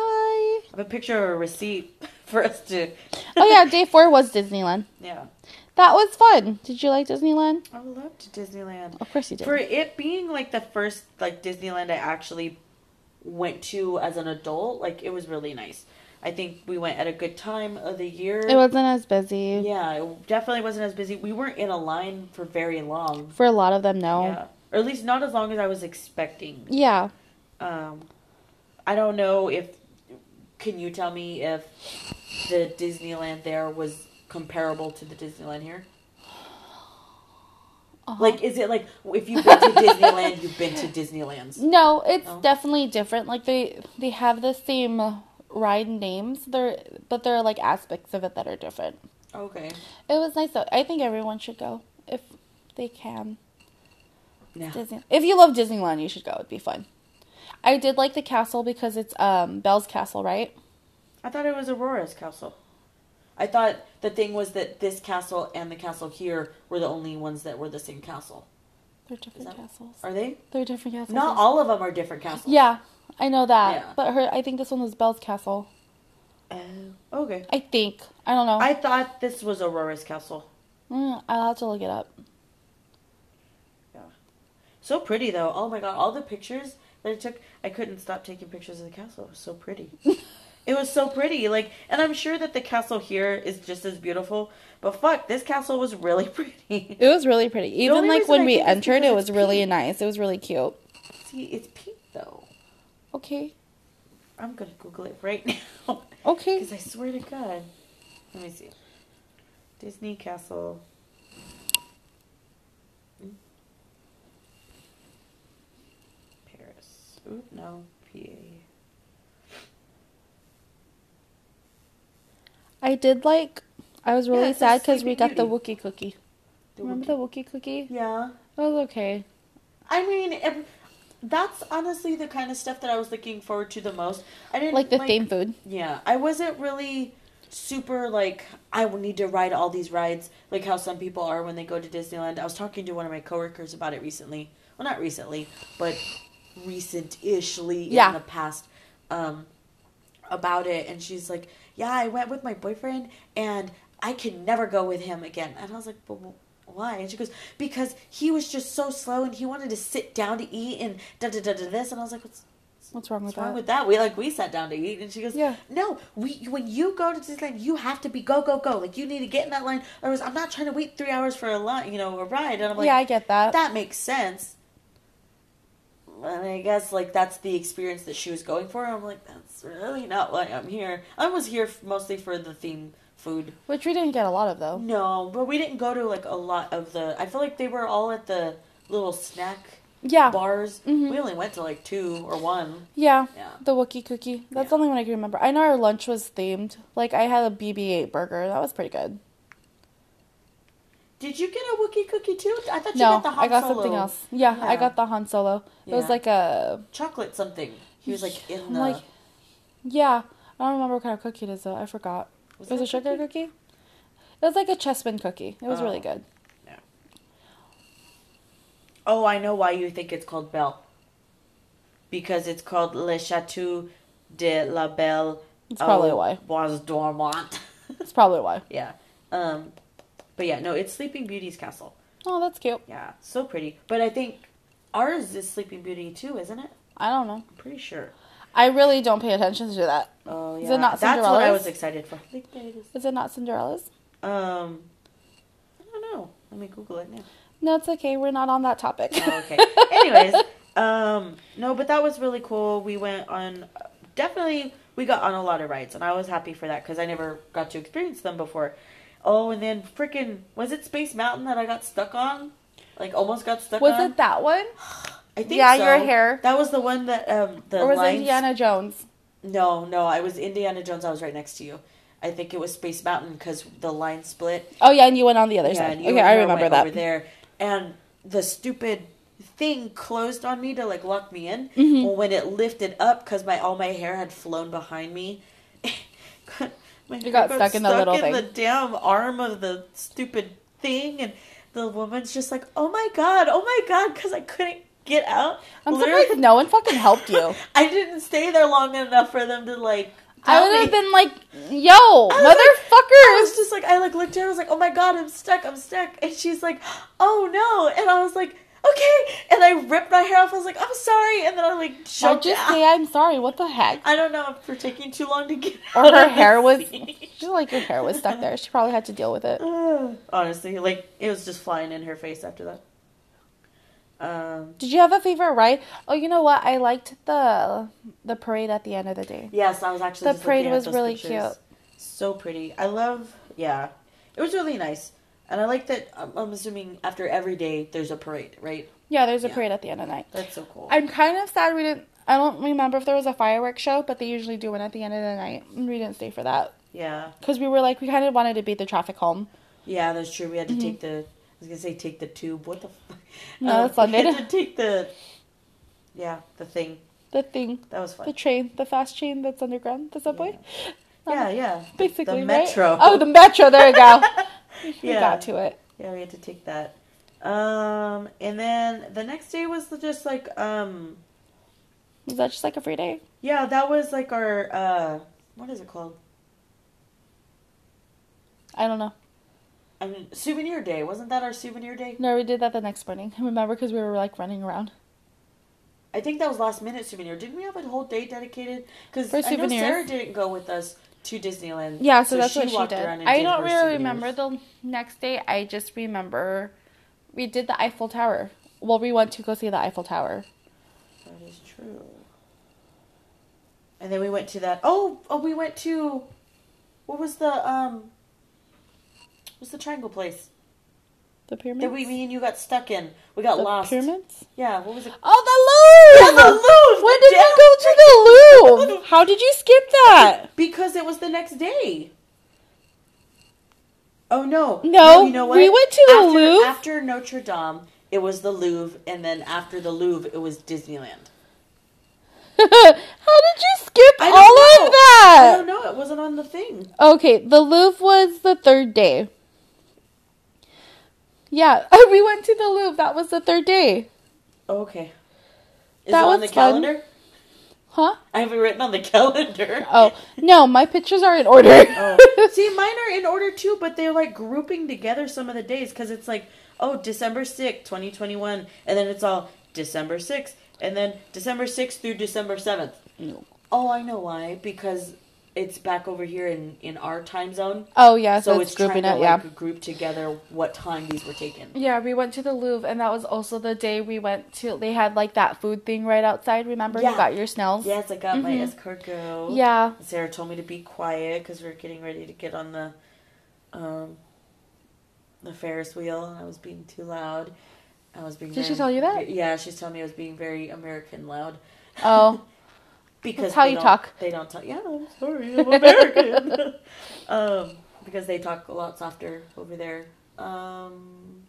Speaker 1: I have a picture of a receipt for us to.
Speaker 2: yeah, day four was Disneyland.
Speaker 1: yeah.
Speaker 2: That was fun. Did you like Disneyland?
Speaker 1: I loved Disneyland.
Speaker 2: Of course you did.
Speaker 1: For it being like the first like Disneyland I actually went to as an adult, like it was really nice. I think we went at a good time of the year.
Speaker 2: it wasn't as busy.
Speaker 1: Yeah, it definitely wasn't as busy. We weren't in a line for very long.
Speaker 2: For a lot of them, no.
Speaker 1: Yeah. Or at least not as long as I was expecting.
Speaker 2: Yeah.
Speaker 1: Um, I don't know if. Can you tell me if the Disneyland there was comparable to the Disneyland here?
Speaker 2: Uh-huh.
Speaker 1: Like, is it like if you've been to Disneyland, you've been to Disneyland's?
Speaker 2: No, it's
Speaker 1: No?
Speaker 2: definitely different. Like they they have the same ride names, they're but there are like aspects of it that are different.
Speaker 1: Okay.
Speaker 2: It was nice though. I think everyone should go if they can.
Speaker 1: Yeah.
Speaker 2: Disney. If you love Disneyland, you should go. It'd be fun. I did like the castle because it's um Belle's castle, right?
Speaker 1: I thought it was Aurora's castle. I thought the thing was that this castle and the castle here were the only ones that were the same castle.
Speaker 2: They're different
Speaker 1: that-
Speaker 2: castles.
Speaker 1: Are they?
Speaker 2: They're different castles.
Speaker 1: Not all of them are different castles.
Speaker 2: Yeah, I know that.
Speaker 1: Yeah.
Speaker 2: But her, I think this one was Belle's castle.
Speaker 1: Oh, okay.
Speaker 2: I think. I don't know.
Speaker 1: I thought this was Aurora's castle.
Speaker 2: Mm, I'll have to look it up.
Speaker 1: So pretty though. Oh my god, all the pictures that I took, I couldn't stop taking pictures of the castle. It was so pretty. it was so pretty. Like, and I'm sure that the castle here is just as beautiful, but fuck, this castle was really pretty.
Speaker 2: It was really pretty. Even
Speaker 1: only
Speaker 2: like
Speaker 1: reason
Speaker 2: when
Speaker 1: I
Speaker 2: we
Speaker 1: think it's
Speaker 2: entered, it
Speaker 1: because
Speaker 2: was
Speaker 1: it's
Speaker 2: really
Speaker 1: pink.
Speaker 2: nice. It was really cute.
Speaker 1: See, it's pink though.
Speaker 2: Okay.
Speaker 1: I'm gonna Google it right now.
Speaker 2: Okay.
Speaker 1: Because I swear to God. Let me see. Disney Castle. Mm. Paris. Oop, no. PA.
Speaker 2: I did like. I was really
Speaker 1: Yeah, it's a
Speaker 2: sad because we
Speaker 1: Sleeping
Speaker 2: got the Wookiee cookie.
Speaker 1: The
Speaker 2: Remember
Speaker 1: Wookiee.
Speaker 2: the Wookiee cookie?
Speaker 1: Yeah.
Speaker 2: That was okay.
Speaker 1: I mean, ev- that's honestly the kind of stuff that I was looking forward to the most. I didn't
Speaker 2: Like the theme food.
Speaker 1: Yeah, I wasn't really super like I will need to ride all these rides like how some people are when they go to Disneyland. I was talking to one of my coworkers about it recently. Well, not recently, but recent-ishly
Speaker 2: Yeah.
Speaker 1: in the past. Um, about it and she's like yeah i went with my boyfriend and i can never go with him again and i was like but wh- why and she goes because he was just so slow and he wanted to sit down to eat and da da da da this and i was like what's
Speaker 2: What's wrong
Speaker 1: What's
Speaker 2: with
Speaker 1: wrong
Speaker 2: that?
Speaker 1: with that? We like we sat down to eat, and she goes,
Speaker 2: Yeah.
Speaker 1: no. We when you go to Disneyland, you have to be go go go. Like you need to get in that line. Or else I'm not trying to wait three hours for a line, you know, a ride." And I'm like,
Speaker 2: yeah, I get that.
Speaker 1: that makes sense. And I guess like that's the experience that she was going for. I'm like, that's really not why I'm here. I was here f- mostly for the theme food.
Speaker 2: Which we didn't get a lot of though.
Speaker 1: No, but we didn't go to like a lot of the. I feel like they were all at the little snack
Speaker 2: Yeah.
Speaker 1: bars.
Speaker 2: Mhm.
Speaker 1: We only went to like two or one.
Speaker 2: Yeah.
Speaker 1: Yeah.
Speaker 2: The Wookie Cookie. That's
Speaker 1: Yeah.
Speaker 2: the only one I can remember. I know our lunch was themed. Like, I had a BB 8 burger. That was pretty good.
Speaker 1: Did you get a Wookiee cookie too? I thought you
Speaker 2: no,
Speaker 1: got the hot
Speaker 2: I got
Speaker 1: Solo
Speaker 2: something else. Yeah, I
Speaker 1: Yeah.
Speaker 2: got the Han Solo. It
Speaker 1: Yeah.
Speaker 2: was like a.
Speaker 1: chocolate something. He was like in
Speaker 2: I'm
Speaker 1: the.
Speaker 2: like- Yeah. I don't remember what kind of cookie it is, though. I forgot.
Speaker 1: Was
Speaker 2: it was
Speaker 1: it
Speaker 2: a sugar cookie? It was like a chessman cookie. It was really
Speaker 1: Oh.
Speaker 2: good.
Speaker 1: oh, I know why you think it's called Belle. Because it's called Le Chateau de la Belle.
Speaker 2: It's probably
Speaker 1: au
Speaker 2: why.
Speaker 1: Bois Dormant.
Speaker 2: It's probably why.
Speaker 1: yeah. Um, but yeah, no, it's Sleeping Beauty's castle.
Speaker 2: Oh, that's cute.
Speaker 1: Yeah, so pretty. But I think ours is Sleeping Beauty too, isn't it?
Speaker 2: I don't know.
Speaker 1: I'm pretty sure.
Speaker 2: I really don't pay attention to that.
Speaker 1: Oh yeah,
Speaker 2: Is it not
Speaker 1: that's what I
Speaker 2: Cinderella's?
Speaker 1: was excited for.
Speaker 2: Is it not Cinderella's?
Speaker 1: Um, I don't know. Let me Google it now.
Speaker 2: No, it's okay. We're not on that topic.
Speaker 1: Oh, okay. Anyways, um, no, but that was really cool. We went on definitely we got on a lot of rides, and I was happy for that because I never got to experience them before. Oh, and then freaking was it Space Mountain that I got stuck on? Like almost got stuck
Speaker 2: was
Speaker 1: on.
Speaker 2: it that one?
Speaker 1: Um, I think
Speaker 2: yeah,
Speaker 1: so.
Speaker 2: your hair.
Speaker 1: That was the one that um the
Speaker 2: or was it
Speaker 1: lines-
Speaker 2: Indiana Jones?
Speaker 1: No, no, I was Indiana Jones. I was right next to you. I think it was Space Mountain because the line split.
Speaker 2: Oh, yeah, and you went on the other
Speaker 1: Yeah,
Speaker 2: side.
Speaker 1: and you
Speaker 2: Okay,
Speaker 1: and
Speaker 2: I
Speaker 1: her
Speaker 2: remember
Speaker 1: went
Speaker 2: that.
Speaker 1: over there, and the stupid thing closed on me to like lock me in.
Speaker 2: Mm-hmm.
Speaker 1: Well, when it lifted up, because my all my hair had flown behind me, my hair
Speaker 2: got stuck in the little
Speaker 1: in
Speaker 2: thing.
Speaker 1: the damn arm of the stupid thing, and the woman's just like, "Oh my god, oh my god," because I couldn't get out.
Speaker 2: I'm
Speaker 1: Literally-
Speaker 2: surprised no one fucking helped you.
Speaker 1: I didn't stay there long enough for them to like.
Speaker 2: I
Speaker 1: tell
Speaker 2: would have
Speaker 1: me.
Speaker 2: been like, yo,
Speaker 1: I was like- I was
Speaker 2: motherfuckers.
Speaker 1: just like, I like looked at her. I was like, oh my god, I'm stuck. I'm stuck. And she's like, oh no. And I was like, okay. And I ripped my hair off. I was like, I'm sorry. And then I like
Speaker 2: I'll
Speaker 1: jumped
Speaker 2: just
Speaker 1: out.
Speaker 2: say I'm sorry. What the heck?
Speaker 1: I don't know for taking too long to get.
Speaker 2: Or
Speaker 1: out of
Speaker 2: her
Speaker 1: the
Speaker 2: hair was.
Speaker 1: seat.
Speaker 2: She's like, your hair was stuck there. She probably had to deal with it.
Speaker 1: Ugh. Honestly, like it was just flying in her face after that. Um.
Speaker 2: Did you have a favorite ride? Oh, you know what? I liked the the parade at the end of the day.
Speaker 1: Yes, I was actually.
Speaker 2: The
Speaker 1: just
Speaker 2: parade
Speaker 1: looking at
Speaker 2: was
Speaker 1: those
Speaker 2: really
Speaker 1: pictures.
Speaker 2: cute.
Speaker 1: So pretty. I love. Yeah, it was really nice, and I like that. I'm, I'm assuming after every day there's a parade, right?
Speaker 2: Yeah, there's a
Speaker 1: Yeah.
Speaker 2: parade at the end of the night.
Speaker 1: That's so cool.
Speaker 2: I'm kind of sad we didn't. I don't remember if there was a fireworks show, but they usually do one at the end of the night. and We didn't stay for that
Speaker 1: yeah.
Speaker 2: because we were like we kind of wanted to beat the traffic home.
Speaker 1: Yeah, that's true. We had to take the. I was gonna say take the tube. What the? Fuck?
Speaker 2: Mm-hmm. No, that's not
Speaker 1: we had
Speaker 2: it.
Speaker 1: to take the. Yeah, the thing
Speaker 2: The thing,
Speaker 1: that was
Speaker 2: the
Speaker 1: fun.
Speaker 2: train, the fast train that's underground, the subway,
Speaker 1: Yeah, yeah,
Speaker 2: basically. right?
Speaker 1: metro.
Speaker 2: Oh, the metro. There you go. We
Speaker 1: Yeah.
Speaker 2: got to it.
Speaker 1: yeah. We had to take that. Um, and then the next day was the- just like um.
Speaker 2: Was that just like a free day?
Speaker 1: Yeah, that was like our uh. What is it called?
Speaker 2: I don't know.
Speaker 1: I mean, souvenir day. Wasn't that our souvenir day?
Speaker 2: No, we did that the next morning. I remember because we were like running around.
Speaker 1: I think that was last minute souvenir. Didn't we have a whole day dedicated? Because
Speaker 2: For
Speaker 1: I know
Speaker 2: souvenirs.
Speaker 1: Sarah didn't go with us to Disneyland.
Speaker 2: Yeah, so, that's what she
Speaker 1: walked
Speaker 2: did.
Speaker 1: around and
Speaker 2: I
Speaker 1: did
Speaker 2: don't
Speaker 1: her
Speaker 2: really
Speaker 1: souvenirs.
Speaker 2: remember the next day. I just remember we did the Eiffel Tower. Well, we went to go see the Eiffel Tower.
Speaker 1: That is true. And then we went to that. Oh, oh, we went to what was the um, was the triangle place
Speaker 2: The pyramids.
Speaker 1: that we, me and you got stuck in? We got
Speaker 2: the
Speaker 1: lost.
Speaker 2: pyramids.
Speaker 1: Yeah, what was it?
Speaker 2: Oh, the
Speaker 1: Yeah,
Speaker 2: Louvre.
Speaker 1: the Louvre,
Speaker 2: When
Speaker 1: the
Speaker 2: did we go to the Louvre? How did you skip that?
Speaker 1: Because it was the next day. Oh no!
Speaker 2: No, we went to the
Speaker 1: after,
Speaker 2: Louvre.
Speaker 1: after Notre Dame. It was the Louvre, and then after the Louvre, it was Disneyland.
Speaker 2: How did you skip all
Speaker 1: I don't know. Um,
Speaker 2: of
Speaker 1: I
Speaker 2: that?
Speaker 1: don't know. Oh, It wasn't on the thing.
Speaker 2: Okay, the Louvre was the third day. Yeah, we went to the Louvre. That was the third day.
Speaker 1: Okay. Is
Speaker 2: That
Speaker 1: it on the
Speaker 2: was fun.
Speaker 1: calendar?
Speaker 2: Huh?
Speaker 1: I have it written on the calendar.
Speaker 2: Oh, no, my pictures are in order.
Speaker 1: Oh. See, mine are in order too, but they're like grouping together some of the days because it's like, oh, December 6th, 2021. And then it's all December 6th. And then December 6th through December 7th.
Speaker 2: No.
Speaker 1: Oh, I know why. Because it's back over here in, in our time zone.
Speaker 2: Oh yeah, so,
Speaker 1: so
Speaker 2: it's,
Speaker 1: it's,
Speaker 2: grouping
Speaker 1: trying
Speaker 2: it.
Speaker 1: to
Speaker 2: yeah.
Speaker 1: like, group together what time these were taken.
Speaker 2: Yeah, we went to the Louvre, and that was also the day we went to. They had like that food thing right outside. Remember, you
Speaker 1: Yeah.
Speaker 2: got your snails.
Speaker 1: Yes, I got my
Speaker 2: Mhm.
Speaker 1: escargot.
Speaker 2: Yeah.
Speaker 1: Sarah told me to be quiet because we were getting ready to get on the um, the Ferris wheel, and I was being too loud. I was being.
Speaker 2: Did she
Speaker 1: very-
Speaker 2: tell you that?
Speaker 1: Yeah, she's telling me I was being very American loud.
Speaker 2: Oh,
Speaker 1: because
Speaker 2: That's how
Speaker 1: they
Speaker 2: you
Speaker 1: don't-
Speaker 2: talk.
Speaker 1: They don't talk. Yeah, I'm sorry, I'm American. um, because they talk a lot softer over there. Um,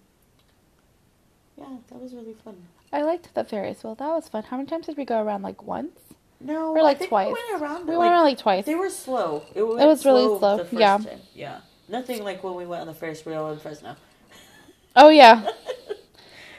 Speaker 1: yeah, that was really fun.
Speaker 2: I liked the Ferris wheel. That was fun. How many times did we go around? Like once.
Speaker 1: No,
Speaker 2: Or, like,
Speaker 1: I think
Speaker 2: twice.
Speaker 1: We went around.
Speaker 2: We
Speaker 1: it,
Speaker 2: went
Speaker 1: like,
Speaker 2: around like twice.
Speaker 1: They were slow. It, went
Speaker 2: was really slow,
Speaker 1: The first
Speaker 2: yeah.
Speaker 1: Time. Yeah. Nothing like when we went on the Ferris wheel in Fresno.
Speaker 2: Oh yeah.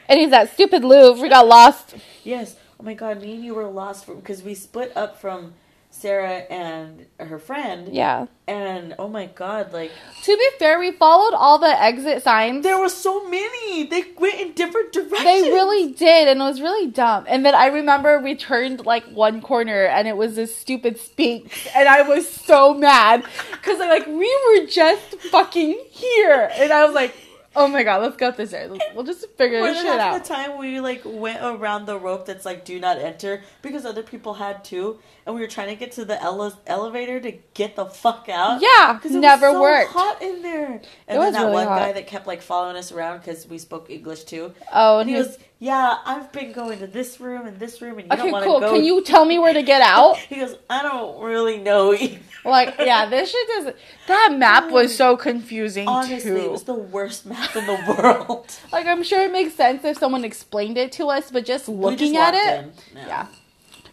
Speaker 2: and he's that stupid Louvre. We got lost.
Speaker 1: Yes. Oh my God, me and you were lost because we split up from Sarah and her friend.
Speaker 2: Yeah.
Speaker 1: And oh my God, like
Speaker 2: To be fair, we followed all the exit signs.
Speaker 1: There were so many. They went in different directions.
Speaker 2: They really did, and it was really dumb. And then I remember we turned like one corner, and it was this stupid speak, and I was so mad because I like we were just fucking here, and I was like, "Oh my god, let's go up this area. Let's- We'll just figure
Speaker 1: More
Speaker 2: this
Speaker 1: than
Speaker 2: shit
Speaker 1: half
Speaker 2: out."
Speaker 1: the time we like went around the rope that's like do not enter because other people had too, and we were trying to get to the ele- elevator to get the fuck out.
Speaker 2: Yeah,
Speaker 1: it was
Speaker 2: never
Speaker 1: so
Speaker 2: worked.
Speaker 1: Hot in there, and
Speaker 2: It
Speaker 1: then
Speaker 2: was
Speaker 1: that
Speaker 2: really
Speaker 1: one
Speaker 2: hot.
Speaker 1: guy that kept like following us around because we spoke English too.
Speaker 2: Oh,
Speaker 1: And he was, yeah, I've been going to this room and this room, and you
Speaker 2: okay,
Speaker 1: don't want to
Speaker 2: cool.
Speaker 1: go.
Speaker 2: Can you tell me where to get out?
Speaker 1: He goes, I don't really know. either."
Speaker 2: like, yeah, this shit doesn't. That map was so confusing
Speaker 1: Honestly,
Speaker 2: too.
Speaker 1: it was the worst map in the world.
Speaker 2: like, I'm sure it makes sense if someone explained it to us, but just
Speaker 1: We just
Speaker 2: looking at
Speaker 1: walked
Speaker 2: it,
Speaker 1: in. No.
Speaker 2: yeah.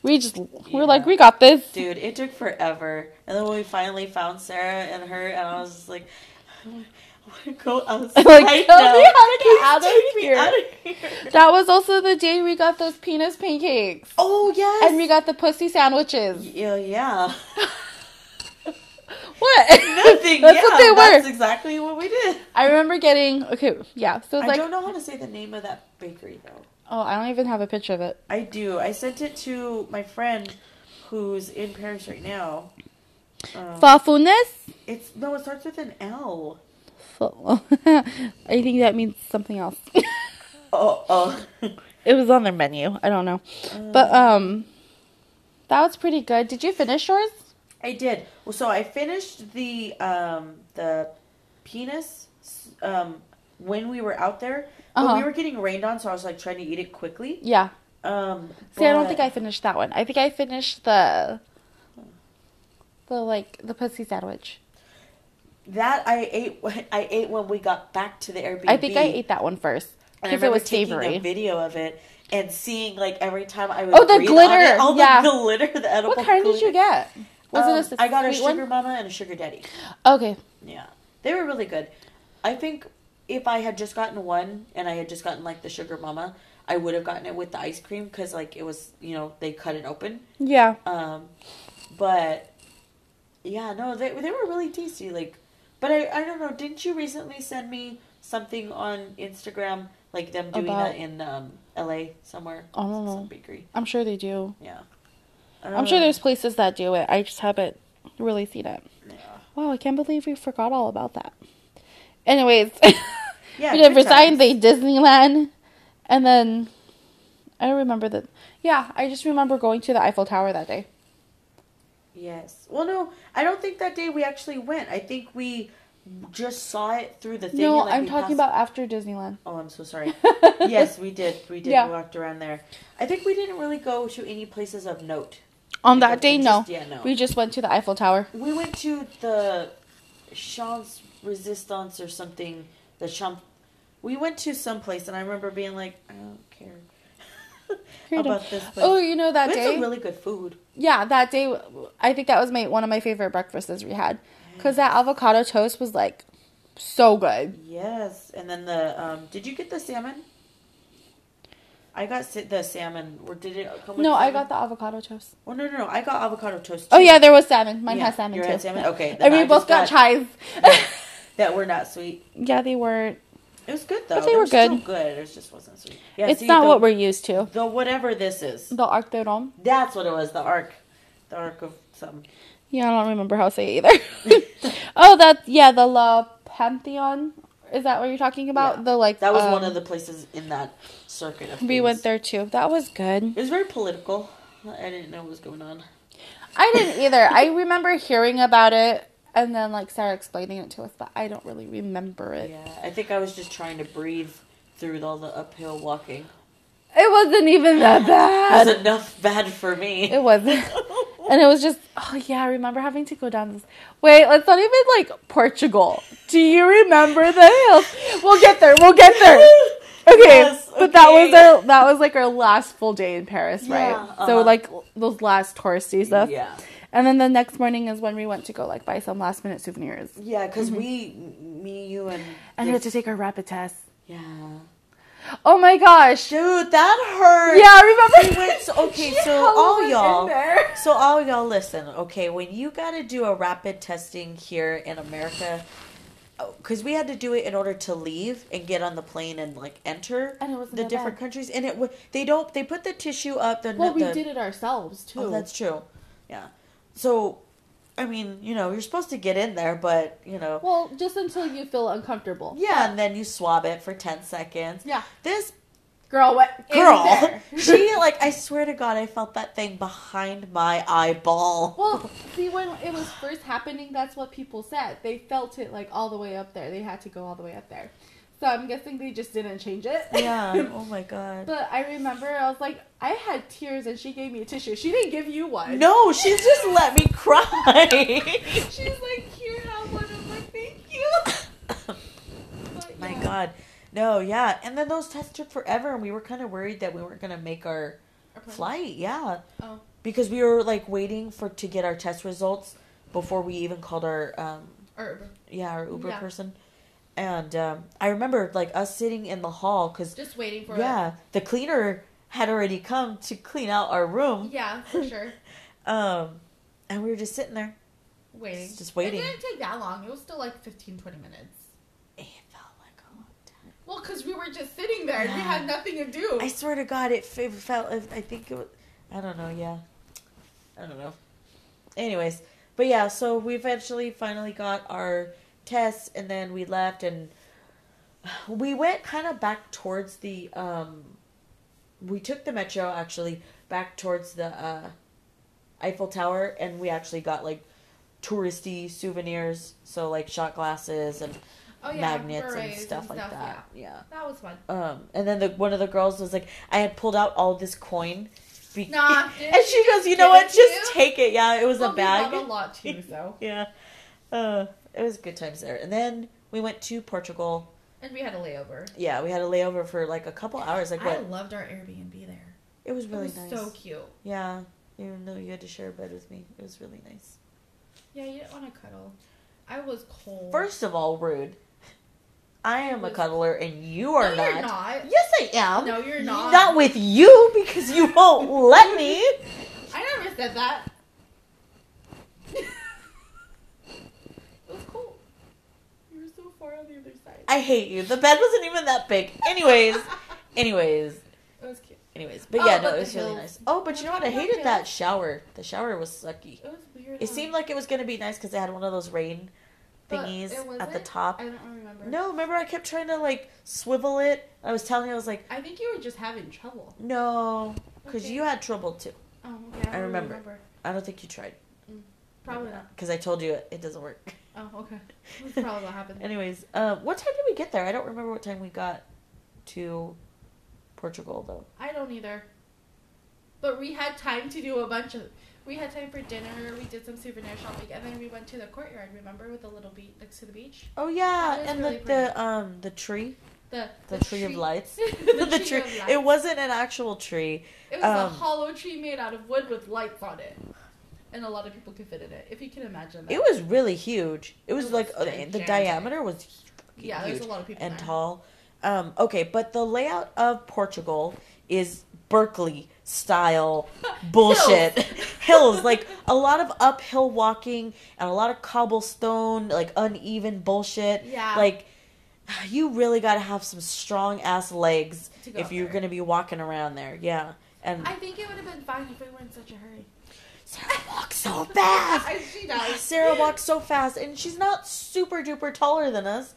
Speaker 2: We just
Speaker 1: Yeah.
Speaker 2: we're like we got this.
Speaker 1: Dude, it took forever. And then when we finally found Sarah and her, and I was just like, I want to go outside.
Speaker 2: Like, tell
Speaker 1: now.
Speaker 2: me how to get
Speaker 1: Please
Speaker 2: out of
Speaker 1: take me
Speaker 2: here."
Speaker 1: out of here.
Speaker 2: That was also the day we got those penis pancakes.
Speaker 1: Oh, yes.
Speaker 2: And we got the pussy sandwiches.
Speaker 1: Yeah, yeah.
Speaker 2: What?
Speaker 1: Nothing.
Speaker 2: That's
Speaker 1: yeah,
Speaker 2: what they were.
Speaker 1: That's exactly what we did.
Speaker 2: I remember getting okay, yeah. So it's
Speaker 1: I
Speaker 2: like
Speaker 1: don't know how to say the name of that bakery, though.
Speaker 2: oh, I don't even have a picture of it.
Speaker 1: I do. I sent it to my friend who's in Paris right now. Um,
Speaker 2: Fafunes?
Speaker 1: it's No, it starts with an L.
Speaker 2: I think that means something else.
Speaker 1: Oh, oh.
Speaker 2: it was on their menu. I don't know.
Speaker 1: Uh.
Speaker 2: But um that was pretty good. Did you finish yours?
Speaker 1: I did. Well, so I finished the um the penis um when we were out there, but we
Speaker 2: Uh-huh.
Speaker 1: were getting rained on, so I was like trying to eat it quickly.
Speaker 2: Yeah.
Speaker 1: Um,
Speaker 2: See, I don't
Speaker 1: but-
Speaker 2: think I finished that one. I think I finished the the like the pussy sandwich.
Speaker 1: that I ate. when- I ate when we got back to the Airbnb.
Speaker 2: I think I ate that one first
Speaker 1: And I
Speaker 2: because it
Speaker 1: remember
Speaker 2: was
Speaker 1: taking a
Speaker 2: savory.
Speaker 1: video of it and seeing like every time I would
Speaker 2: Oh, the
Speaker 1: breathe on it,
Speaker 2: glitter,
Speaker 1: all
Speaker 2: yeah.
Speaker 1: the glitter, the edible.
Speaker 2: What kind did you
Speaker 1: glitter.
Speaker 2: get? Was
Speaker 1: Um,
Speaker 2: it a
Speaker 1: I got a
Speaker 2: sweet
Speaker 1: sugar
Speaker 2: one?
Speaker 1: mama and a sugar daddy.
Speaker 2: Okay,
Speaker 1: Yeah, they were really good. I think if I had just gotten one and I had just gotten like the sugar mama, I would have gotten it with the ice cream because like it was you know they cut it open.
Speaker 2: yeah.
Speaker 1: Um, but yeah, no, they they were really tasty. Like, but I I don't know. Didn't you recently send me something on Instagram like them doing
Speaker 2: About-
Speaker 1: that in um L.A. somewhere?
Speaker 2: I don't know.
Speaker 1: Some bakery.
Speaker 2: I'm sure they do.
Speaker 1: Yeah.
Speaker 2: I'm sure
Speaker 1: Um,
Speaker 2: there's places that do it. I just haven't really seen it.
Speaker 1: yeah.
Speaker 2: Wow, I can't believe we forgot all about that. Anyways,
Speaker 1: Yeah,
Speaker 2: we did
Speaker 1: good
Speaker 2: Versailles,
Speaker 1: times.
Speaker 2: they Disneyland, and then I remember that. Yeah, I just remember going to the Eiffel Tower that day.
Speaker 1: Yes. Well, no, I don't think that day we actually went. I think we just saw it through the thing.
Speaker 2: no,
Speaker 1: and, like,
Speaker 2: I'm
Speaker 1: we
Speaker 2: talking
Speaker 1: passed-
Speaker 2: about after Disneyland.
Speaker 1: Oh, I'm so sorry. yes, we did. We did.
Speaker 2: Yeah.
Speaker 1: We walked around there. I think we didn't really go to any places of note.
Speaker 2: On
Speaker 1: Like,
Speaker 2: that
Speaker 1: it
Speaker 2: day, no.
Speaker 1: just- yeah, no.
Speaker 2: We just went to the Eiffel Tower.
Speaker 1: We went to the Champs Resistance or something. The Champs. We went to some place, and I remember being like, I don't care
Speaker 2: Freedom.
Speaker 1: about this place.
Speaker 2: Oh, you know that
Speaker 1: we had
Speaker 2: day?
Speaker 1: some really good food.
Speaker 2: yeah, that day. I think that was my one of my favorite breakfasts we had because that avocado toast was like so good.
Speaker 1: Yes, and then the um, did you get the salmon? I got si- the salmon. Or did it come? With
Speaker 2: No, I
Speaker 1: salmon?
Speaker 2: got the avocado toast.
Speaker 1: Oh no, no, no! I got avocado toast.
Speaker 2: Oh
Speaker 1: too.
Speaker 2: yeah, there was salmon. Mine
Speaker 1: Yeah,
Speaker 2: has salmon
Speaker 1: yours
Speaker 2: too.
Speaker 1: had salmon? Okay, then
Speaker 2: and we
Speaker 1: I
Speaker 2: both
Speaker 1: just
Speaker 2: got,
Speaker 1: got-
Speaker 2: chives.
Speaker 1: that were not sweet.
Speaker 2: yeah, they weren't.
Speaker 1: It was good though.
Speaker 2: But they were
Speaker 1: still
Speaker 2: good.
Speaker 1: good. It just wasn't sweet. Yeah,
Speaker 2: it's
Speaker 1: see,
Speaker 2: not
Speaker 1: the,
Speaker 2: what we're used to.
Speaker 1: the whatever this is.
Speaker 2: The Arc de Rome.
Speaker 1: That's what it was. The arc, the arc of some.
Speaker 2: Yeah, I don't remember how to say it either. oh, that yeah, the La Pantheon. Is that what you're talking about?
Speaker 1: Yeah.
Speaker 2: The like
Speaker 1: That was
Speaker 2: um,
Speaker 1: one of the places in that circuit. Of
Speaker 2: We
Speaker 1: things.
Speaker 2: went there too. That was good.
Speaker 1: It was very political. I didn't know what was going on.
Speaker 2: I didn't either. I remember hearing about it and then like Sarah explaining it to us, but I don't really remember it.
Speaker 1: Yeah, I think I was just trying to breathe through all the uphill walking.
Speaker 2: It wasn't even that
Speaker 1: That's
Speaker 2: bad.
Speaker 1: enough bad for me.
Speaker 2: Uh, It wasn't. And it was just, oh yeah, I remember having to go down this. Wait, let's not even like Portugal. Do you remember the hills? We'll get there. We'll get there. Okay,
Speaker 1: Yes,
Speaker 2: but that was
Speaker 1: okay.
Speaker 2: our that was like our last full day in Paris, right?
Speaker 1: Yeah,
Speaker 2: So
Speaker 1: uh-huh.
Speaker 2: like those last touristy stuff.
Speaker 1: Yeah.
Speaker 2: And then the next morning is when we went to go like buy some last minute souvenirs,
Speaker 1: Yeah, because we, me, you, and.
Speaker 2: Mm-hmm. and we had to take our rapid test.
Speaker 1: yeah.
Speaker 2: Oh my gosh! Yeah,
Speaker 1: Dude, that hurt.
Speaker 2: remember?
Speaker 1: We went- so- okay,
Speaker 2: Yeah,
Speaker 1: so
Speaker 2: we
Speaker 1: all
Speaker 2: was in
Speaker 1: y'all-
Speaker 2: there.
Speaker 1: So all y'all listen, okay? When you got to do a rapid testing here in America, because we had to do it in order to leave and get on the plane and like enter
Speaker 2: And it wasn't
Speaker 1: the
Speaker 2: that
Speaker 1: different
Speaker 2: bad.
Speaker 1: countries, and it wa- they don't they put the tissue up. The,
Speaker 2: Well, we
Speaker 1: the-
Speaker 2: did it ourselves too.
Speaker 1: Oh, that's true. Yeah. So, I mean, you know, you're supposed to get in there, but you know,
Speaker 2: Well, just until you feel uncomfortable.
Speaker 1: yeah, and then you swab it for ten seconds.
Speaker 2: Yeah.
Speaker 1: This
Speaker 2: Girl, what?
Speaker 1: girl, she like I swear to God, I felt that thing behind my eyeball.
Speaker 2: well, see, when it was first happening, that's what people said. They felt it like all the way up there. They had to go all the way up there. So I'm guessing they just didn't change it.
Speaker 1: Yeah. Oh my god.
Speaker 2: but I remember I was like, I had tears and she gave me a tissue. She didn't give you one.
Speaker 1: No, she just let me cry.
Speaker 2: She's like, here, have one. I'm like, thank you. But,
Speaker 1: My
Speaker 2: yeah,
Speaker 1: God. No, yeah. And then those tests took forever, and we were kind of worried that we weren't going to make our
Speaker 2: our plan-
Speaker 1: flight. Yeah.
Speaker 2: Oh.
Speaker 1: Because we were like waiting for to get our test results before we even called our um
Speaker 2: Or
Speaker 1: yeah our Uber
Speaker 2: Yeah.
Speaker 1: person, and um, I remember like us sitting in the hall because
Speaker 2: just waiting for it.
Speaker 1: yeah the cleaner had already come to clean out our room
Speaker 2: Yeah, for sure.
Speaker 1: um and we were just sitting there
Speaker 2: Waiting.
Speaker 1: Just- just waiting.
Speaker 2: It didn't take that long. It was still like 15, 20 minutes.
Speaker 1: it felt like a long time.
Speaker 2: Well, because we were just sitting there and we
Speaker 1: Yeah.
Speaker 2: had nothing to do.
Speaker 1: I swear to God, it, f- it felt. If, I think it was. I don't know. Yeah, I don't know. Anyways, but yeah, so we eventually finally got our tests, and then we left, and we went kind of back towards the. um We took the metro actually back towards the uh Eiffel Tower, and we actually got like touristy souvenirs, so like shot glasses and
Speaker 2: oh, yeah,
Speaker 1: magnets and
Speaker 2: berets
Speaker 1: stuff like that. yeah
Speaker 2: Yeah. That was fun.
Speaker 1: um, and then the one of the girls was like, I had pulled out all this coin. Be-
Speaker 2: Nah, didn't
Speaker 1: and she
Speaker 2: she
Speaker 1: goes,
Speaker 2: just
Speaker 1: you know
Speaker 2: give
Speaker 1: what?
Speaker 2: it
Speaker 1: Just
Speaker 2: to you?"
Speaker 1: take it. Yeah, it was
Speaker 2: Well,
Speaker 1: a
Speaker 2: we
Speaker 1: bag.
Speaker 2: got a lot too, so.
Speaker 1: yeah, uh, it was good times there. And then we went to Portugal.
Speaker 2: And we had a layover.
Speaker 1: Yeah, we had a layover for like a couple hours. Like
Speaker 2: I
Speaker 1: what?
Speaker 2: loved our Airbnb there.
Speaker 1: It was really
Speaker 2: it was
Speaker 1: nice.
Speaker 2: so cute.
Speaker 1: yeah, even though you had to share a bed with me, it was really nice.
Speaker 2: Yeah, you didn't want to cuddle. I was cold.
Speaker 1: First of all, rude. I am a
Speaker 2: was-
Speaker 1: cuddler, and you
Speaker 2: no,
Speaker 1: are
Speaker 2: you're
Speaker 1: not.
Speaker 2: not.
Speaker 1: Yes, I am.
Speaker 2: No, you're not.
Speaker 1: Not with you because you won't let me.
Speaker 2: I never said that. it was cold. You were so far on the other side.
Speaker 1: I hate you. The bed wasn't even that big. Anyways, anyways,
Speaker 2: it was cute.
Speaker 1: anyways. But
Speaker 2: Oh,
Speaker 1: yeah, no,
Speaker 2: but
Speaker 1: it
Speaker 2: the
Speaker 1: was really
Speaker 2: hills.
Speaker 1: nice. Oh, but you know what? I
Speaker 2: What
Speaker 1: hated
Speaker 2: hills?
Speaker 1: that shower. The shower was sucky.
Speaker 2: It was weird.
Speaker 1: It
Speaker 2: huh?
Speaker 1: seemed like it was gonna be nice because it had one of those rain
Speaker 2: But
Speaker 1: thingies
Speaker 2: it
Speaker 1: at the
Speaker 2: wasn't?
Speaker 1: top.
Speaker 2: I don't remember.
Speaker 1: No, remember I kept trying to like swivel it. I was telling you, I was like,
Speaker 2: I think you were just having trouble.
Speaker 1: no, because
Speaker 2: Okay.
Speaker 1: you had trouble too.
Speaker 2: Oh, okay.
Speaker 1: I remember. I don't think you tried.
Speaker 2: Mm, Probably not.
Speaker 1: Because I told you it, it doesn't work.
Speaker 2: Oh, okay. That's probably what happened.
Speaker 1: Anyways, um, what time did we get there? I don't remember what time we got to Portugal though.
Speaker 2: I don't either. But we had time to do a bunch of. We had time for dinner. We did some souvenir shopping, and then we went to the courtyard. Remember, with the little beach next to the beach,
Speaker 1: Oh yeah,
Speaker 2: That was
Speaker 1: and
Speaker 2: really
Speaker 1: the,
Speaker 2: pretty.
Speaker 1: the um the tree,
Speaker 2: the
Speaker 1: the, tree, of lights.
Speaker 2: the, tree, of lights.
Speaker 1: It wasn't an actual tree.
Speaker 2: It was a
Speaker 1: um,
Speaker 2: hollow tree made out of wood with lights on it, and a lot of people could fit in it. If you can imagine that.
Speaker 1: It was really huge. It was
Speaker 2: It
Speaker 1: like
Speaker 2: was
Speaker 1: uh, the
Speaker 2: gigantic.
Speaker 1: diameter was fucking
Speaker 2: yeah,
Speaker 1: huge
Speaker 2: there's a lot of people
Speaker 1: and
Speaker 2: there.
Speaker 1: tall. Um, okay, but the layout of Portugal is Berkeley style bullshit. Hills, like a lot of uphill walking and a lot of cobblestone, like uneven bullshit.
Speaker 2: Yeah.
Speaker 1: Like you really got to have some strong ass legs
Speaker 2: To go
Speaker 1: if
Speaker 2: up
Speaker 1: you're
Speaker 2: there.
Speaker 1: going to be walking around there. Yeah. And
Speaker 2: I think it would have been fine if we weren't in such a hurry.
Speaker 1: Sarah walks so fast.
Speaker 2: I- she does.
Speaker 1: Sarah walks so fast and she's not super duper taller than us.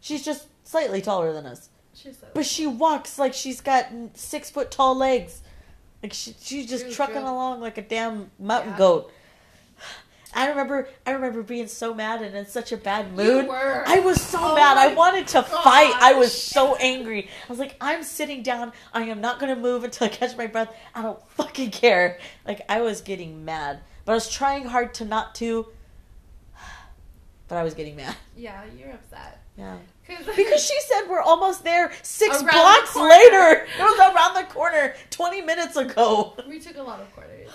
Speaker 1: She's just slightly taller than us.
Speaker 2: She's so.
Speaker 1: But she walks like she's got six foot tall legs. Like she, she's just
Speaker 2: True,
Speaker 1: trucking
Speaker 2: true.
Speaker 1: along like a damn mountain
Speaker 2: Yeah.
Speaker 1: goat. I remember I remember being so mad and in such a bad mood.
Speaker 2: were.
Speaker 1: I was so
Speaker 2: Oh
Speaker 1: mad. I
Speaker 2: my
Speaker 1: wanted to fight. I was
Speaker 2: gosh.
Speaker 1: so angry. I was like, I'm sitting down. I am not gonna move until I catch my breath. I don't fucking care. Like I was getting mad. But I was trying hard to not to but I was getting mad.
Speaker 2: Yeah, you're upset.
Speaker 1: Yeah.
Speaker 2: Cause,
Speaker 1: Because she said we're almost there six
Speaker 2: Around the
Speaker 1: blocks
Speaker 2: corner.
Speaker 1: later. It was around the corner 20 minutes ago.
Speaker 2: we took a lot of quarters.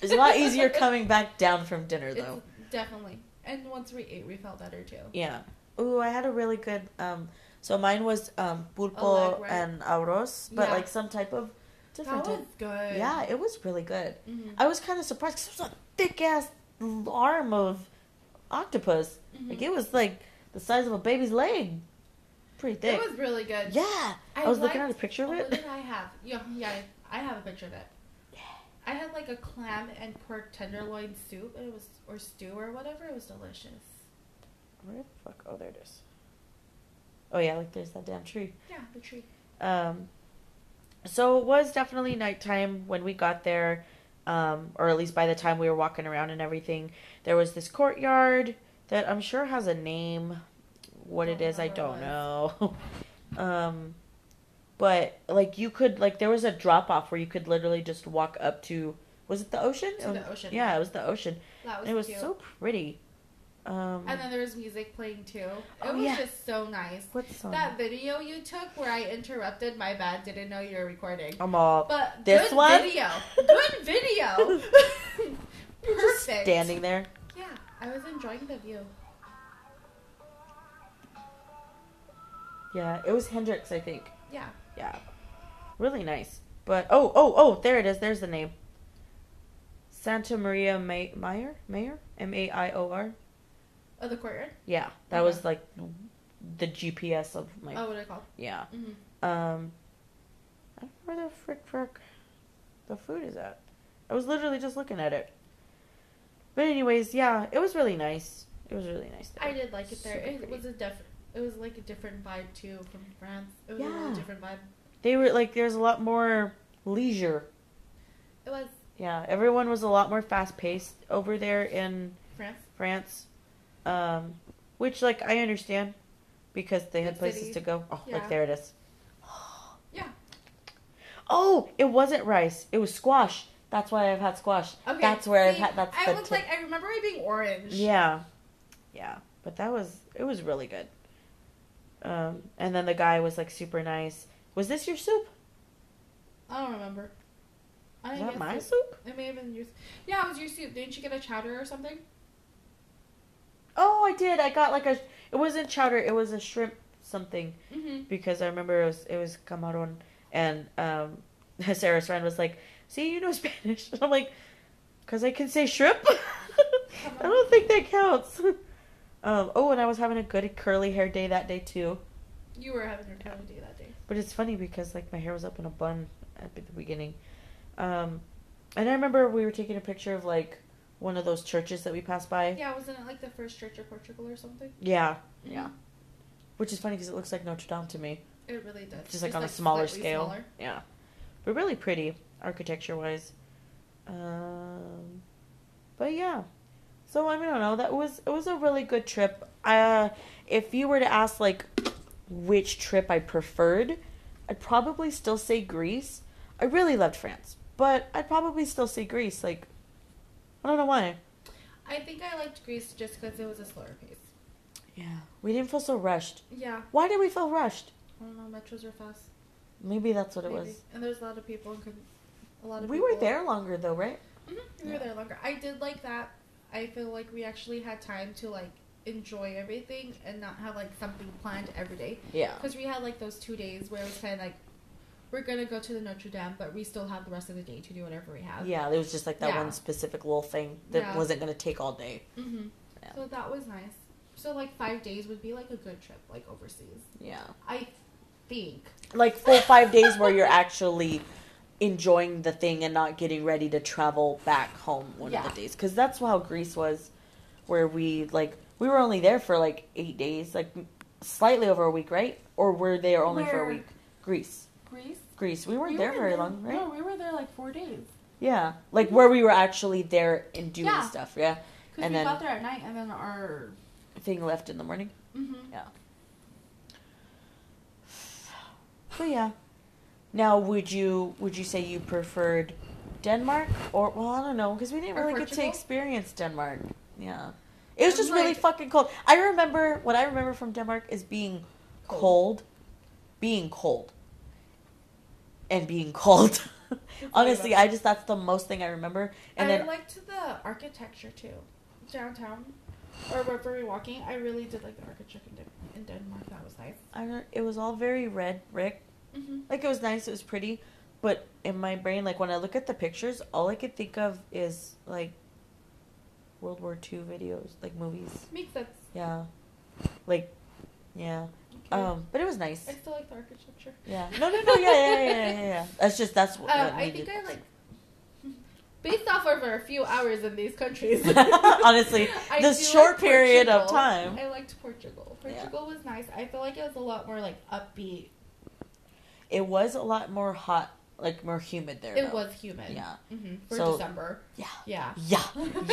Speaker 1: It's a lot easier coming back down from dinner,
Speaker 2: It's
Speaker 1: though.
Speaker 2: definitely. And once we ate, we felt better too.
Speaker 1: Yeah. Ooh, I had a really good. Um, so mine was um, pulpo
Speaker 2: Oh, like, right.
Speaker 1: and arroz, but
Speaker 2: Yeah.
Speaker 1: like some type of different.
Speaker 2: That was good.
Speaker 1: yeah, it was really good.
Speaker 2: Mhm.
Speaker 1: I was kind of surprised because it was a thick ass arm of octopus.
Speaker 2: Mhm.
Speaker 1: Like it was like the size of a baby's leg. Pretty thick.
Speaker 2: It was really good.
Speaker 1: yeah. I, was looking at
Speaker 2: liked-
Speaker 1: a picture of
Speaker 2: Oh,
Speaker 1: it.
Speaker 2: look at I have. Yeah, yeah, I have a picture of it. I had like a clam and pork tenderloin soup, and it was or stew or whatever. It was delicious.
Speaker 1: Where the fuck? Oh, there it is. Oh yeah, like there's that damn tree.
Speaker 2: Yeah, the treat.
Speaker 1: Um, so it was definitely nighttime when we got there, um, or at least by the time we were walking around and everything. There was this courtyard that I'm sure has a name. What it
Speaker 2: Don't
Speaker 1: is, I don't
Speaker 2: remember
Speaker 1: know. um, but like you could like there was a drop off where you could literally just walk up to. Was it the ocean?
Speaker 2: To the
Speaker 1: Um,
Speaker 2: ocean.
Speaker 1: Yeah, it was the ocean.
Speaker 2: That was,
Speaker 1: it was
Speaker 2: cute.
Speaker 1: so pretty. Um,
Speaker 2: And then there was music playing too. It
Speaker 1: Oh,
Speaker 2: was
Speaker 1: yeah.
Speaker 2: just so nice.
Speaker 1: what song?
Speaker 2: That video you took where I interrupted, my bad, didn't know you were recording.
Speaker 1: I'm all
Speaker 2: But
Speaker 1: Oh. This
Speaker 2: good
Speaker 1: one?
Speaker 2: video. Good video.
Speaker 1: just
Speaker 2: Perfect.
Speaker 1: standing there.
Speaker 2: Yeah, I was enjoying the view.
Speaker 1: Yeah, it was Hendrix, I think.
Speaker 2: Yeah.
Speaker 1: Yeah. Really nice. But oh, oh, oh, there it is. There's the name. Santa Maria May- Meyer? Mayer? M A I O R?
Speaker 2: Oh, the courtyard.
Speaker 1: Yeah. That
Speaker 2: Okay.
Speaker 1: was like the GPS of my
Speaker 2: Oh, what are they called?
Speaker 1: Yeah.
Speaker 2: Mm-hmm.
Speaker 1: Um I don't know where the frick frick the food is at. I was literally just looking at it. But anyways, yeah, it was really nice. It was really nice.
Speaker 2: I
Speaker 1: there.
Speaker 2: did like it there.
Speaker 1: Super
Speaker 2: It
Speaker 1: pretty.
Speaker 2: was a diff. It was like a different vibe too from France. It was a
Speaker 1: Yeah.
Speaker 2: really different vibe.
Speaker 1: They were like there's a lot more leisure.
Speaker 2: It was
Speaker 1: Yeah, everyone was a lot more fast paced over there in
Speaker 2: France.
Speaker 1: France, um, which like I understand because they had
Speaker 2: Big
Speaker 1: places
Speaker 2: city.
Speaker 1: to go. Oh,
Speaker 2: Yeah.
Speaker 1: like there it is.
Speaker 2: Yeah.
Speaker 1: Oh, it wasn't rice. It was squash. That's why I've had squash.
Speaker 2: Okay.
Speaker 1: That's where I've
Speaker 2: see,
Speaker 1: had. That's
Speaker 2: I
Speaker 1: the
Speaker 2: was
Speaker 1: tip.
Speaker 2: like, I remember it being orange.
Speaker 1: Yeah, yeah. But that was it. Was really good. Um, and then the guy was like super nice. Was this your soup?
Speaker 2: I don't remember. I
Speaker 1: Is
Speaker 2: didn't
Speaker 1: that
Speaker 2: get
Speaker 1: my
Speaker 2: soup.
Speaker 1: soup?
Speaker 2: It may have been your. Yeah, it was your soup. Didn't you get a chowder or something?
Speaker 1: Oh, I did. I got like a. It wasn't chowder. It was a shrimp something.
Speaker 2: Mm-hmm.
Speaker 1: because I remember it was it was camarón, and um, Sarah's friend was like, "See, you know Spanish," and I'm like, "Cause I can say shrimp." I don't think that counts. um, oh, and I was having a good curly hair day that day too.
Speaker 2: You were having your time day that day.
Speaker 1: But it's funny because like my hair was up in a bun at the beginning, um, and I remember we were taking a picture of like one of those churches that we passed by.
Speaker 2: Yeah, wasn't it like the first church of Portugal or something?
Speaker 1: Yeah, yeah. Which is funny because it looks like Notre Dame to me.
Speaker 2: It really does.
Speaker 1: just like on a smaller
Speaker 2: slightly
Speaker 1: scale.
Speaker 2: smaller.
Speaker 1: Yeah, but really pretty architecture wise. Um, but yeah, so I mean, I don't know. That was it was a really good trip. Uh, if you were to ask like which trip I preferred, I'd probably still say Greece. I really loved France, but I'd probably still say Greece. Like, I don't know why.
Speaker 2: I think I liked Greece just because it was a slower pace.
Speaker 1: Yeah, we didn't feel so rushed.
Speaker 2: Yeah,
Speaker 1: Why did we feel rushed?
Speaker 2: I don't know. Metros are fast.
Speaker 1: Maybe that's what it
Speaker 2: Maybe.
Speaker 1: was.
Speaker 2: And there's a lot of people. And could, a lot of
Speaker 1: We were
Speaker 2: people-
Speaker 1: there longer though, right?
Speaker 2: Mhm, we were
Speaker 1: Yeah.
Speaker 2: there longer. I did like that. I feel like we actually had time to like enjoy everything and not have like something planned every day.
Speaker 1: Yeah.
Speaker 2: Because we had like those two days where it was kind of like we're gonna go to the Notre Dame, but we still have the rest of the day to do whatever we have.
Speaker 1: Yeah, there was just like that
Speaker 2: Yeah.
Speaker 1: one specific little thing that
Speaker 2: Yeah.
Speaker 1: wasn't going to take all day.
Speaker 2: hmm
Speaker 1: Yeah.
Speaker 2: So that was nice. So like five days would be like a good trip, like overseas.
Speaker 1: Yeah.
Speaker 2: I think.
Speaker 1: Like full five days where you're actually enjoying the thing and not getting ready to travel back home one
Speaker 2: Yeah.
Speaker 1: of the days. Because that's how Greece was, where we like, we were only there for like eight days, like slightly over a week, right? Or were they only for a
Speaker 2: Where?
Speaker 1: week? Greece.
Speaker 2: Greece.
Speaker 1: Greece. We weren't there very long, right?
Speaker 2: No, we were there like four days.
Speaker 1: Yeah, like where we were actually there and doing
Speaker 2: Yeah.
Speaker 1: stuff. Yeah,
Speaker 2: Because
Speaker 1: And
Speaker 2: we
Speaker 1: then-
Speaker 2: got there at night and then our.
Speaker 1: thing left in the morning.
Speaker 2: hmm
Speaker 1: Yeah. So Oh, yeah. Now, would you would you say you preferred Denmark or well, I don't know because we didn't
Speaker 2: Or
Speaker 1: really get to
Speaker 2: Portugal?
Speaker 1: experience Denmark. Yeah, it was
Speaker 2: I'm
Speaker 1: just really
Speaker 2: like-
Speaker 1: fucking cold. I remember what I remember from Denmark is being cold,
Speaker 2: Cold.
Speaker 1: being cold, and being cold. Honestly, I just that's the most thing I remember. And
Speaker 2: I
Speaker 1: then
Speaker 2: liked the architecture too, downtown or wherever we were walking. I really did like the architecture in, Den- in Denmark. That was nice.
Speaker 1: I don't, it was all very red brick.
Speaker 2: Mm-hmm.
Speaker 1: like it was nice it was pretty but in my brain like when i look at the pictures all i could think of is like world war ii videos like movies
Speaker 2: Makes sense.
Speaker 1: yeah like yeah
Speaker 2: Okay.
Speaker 1: um but it was nice
Speaker 2: I still like the architecture.
Speaker 1: yeah no no no yeah yeah yeah yeah, yeah, yeah. that's just that's what,
Speaker 2: Uh,
Speaker 1: what
Speaker 2: I
Speaker 1: needed-
Speaker 2: think I like. Based off of our few hours in these countries,
Speaker 1: Honestly,
Speaker 2: I
Speaker 1: this
Speaker 2: do
Speaker 1: short period of
Speaker 2: Portugal.
Speaker 1: time.
Speaker 2: I liked Portugal.
Speaker 1: Yeah.
Speaker 2: Portugal was nice. I feel like it was a lot more like upbeat.
Speaker 1: it was a lot more hot like more humid there
Speaker 2: It
Speaker 1: though.
Speaker 2: was humid.
Speaker 1: yeah
Speaker 2: hmm For
Speaker 1: So-
Speaker 2: December.
Speaker 1: yeah
Speaker 2: Yeah.
Speaker 1: yeah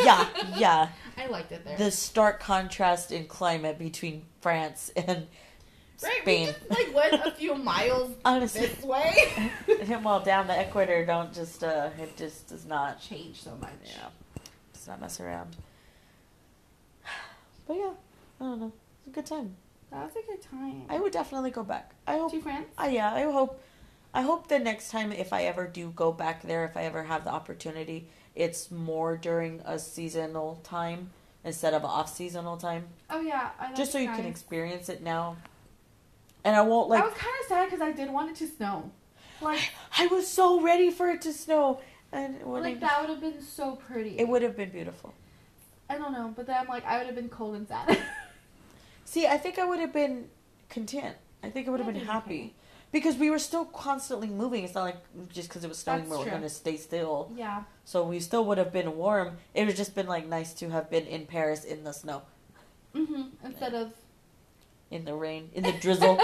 Speaker 1: yeah yeah
Speaker 2: I liked it there.
Speaker 1: the stark contrast in climate between france and
Speaker 2: right.
Speaker 1: Spain.
Speaker 2: We just like went a few miles
Speaker 1: Honestly,
Speaker 2: this way.
Speaker 1: him all down the equator don't just uh it just does not
Speaker 2: Changed so much.
Speaker 1: yeah does not mess around. But yeah, I don't know. It's a good time.
Speaker 2: That was a good time.
Speaker 1: I would definitely go back. I hope.
Speaker 2: to France.
Speaker 1: Uh, yeah, I hope. I hope the next time if I ever do go back there, if I ever have the opportunity, it's more during a seasonal time instead of off seasonal time.
Speaker 2: Oh yeah. I liked
Speaker 1: just so you can
Speaker 2: France.
Speaker 1: experience it now. And I won't like
Speaker 2: I was kind of sad because I did want it to snow. Like,
Speaker 1: I was so ready for it to snow, and it
Speaker 2: like
Speaker 1: wouldn't-
Speaker 2: that would have been so pretty.
Speaker 1: it would have been beautiful.
Speaker 2: I don't know, but then I'm like, I would have been cold and sad.
Speaker 1: See, I think I would have been content. I think I would have
Speaker 2: That'd
Speaker 1: been
Speaker 2: be
Speaker 1: happy
Speaker 2: okay.
Speaker 1: because we were still constantly moving. It's not like just because it was snowing,
Speaker 2: That's
Speaker 1: we were
Speaker 2: true.
Speaker 1: going to stay still.
Speaker 2: yeah.
Speaker 1: So we still would have been warm. It would just been like nice to have been in Paris in the snow,
Speaker 2: hmm Instead of
Speaker 1: in the rain, in the drizzle.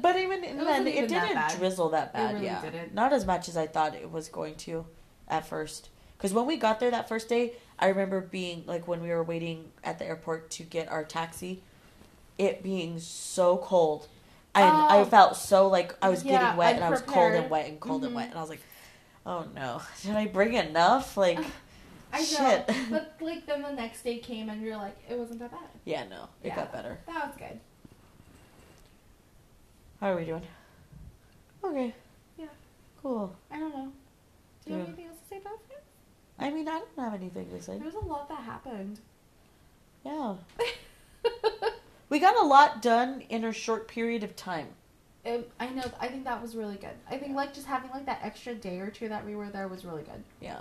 Speaker 1: but even in
Speaker 2: It wasn't
Speaker 1: then, it
Speaker 2: even that
Speaker 1: didn't
Speaker 2: bad.
Speaker 1: drizzle that bad.
Speaker 2: really
Speaker 1: yeah,
Speaker 2: didn't.
Speaker 1: not as much as I thought it was going to at first. Because when we got there that first day, I remember being like when we were waiting at the airport to get our taxi, it being so cold, and I
Speaker 2: Oh.
Speaker 1: felt so like I was
Speaker 2: Yeah,
Speaker 1: getting wet and I was cold and
Speaker 2: unprepared.
Speaker 1: wet and cold and
Speaker 2: Mhm.
Speaker 1: wet, and I was like, oh no, did I bring enough? Like,
Speaker 2: I know,
Speaker 1: Shit.
Speaker 2: but like then the next day came and you're like, it wasn't that bad.
Speaker 1: yeah, no, it
Speaker 2: Yeah.
Speaker 1: got better.
Speaker 2: That was good.
Speaker 1: How are we doing? Okay.
Speaker 2: Yeah.
Speaker 1: Cool.
Speaker 2: I don't know. Do you have
Speaker 1: Yeah.
Speaker 2: anything else to say about France?
Speaker 1: I mean, I don't have anything to say.
Speaker 2: There was a lot that happened.
Speaker 1: Yeah. We got a lot done in a short period of time.
Speaker 2: It, Um, I know. I think that was really good. I think like just having like that extra day or two that we were there was really good.
Speaker 1: Yeah.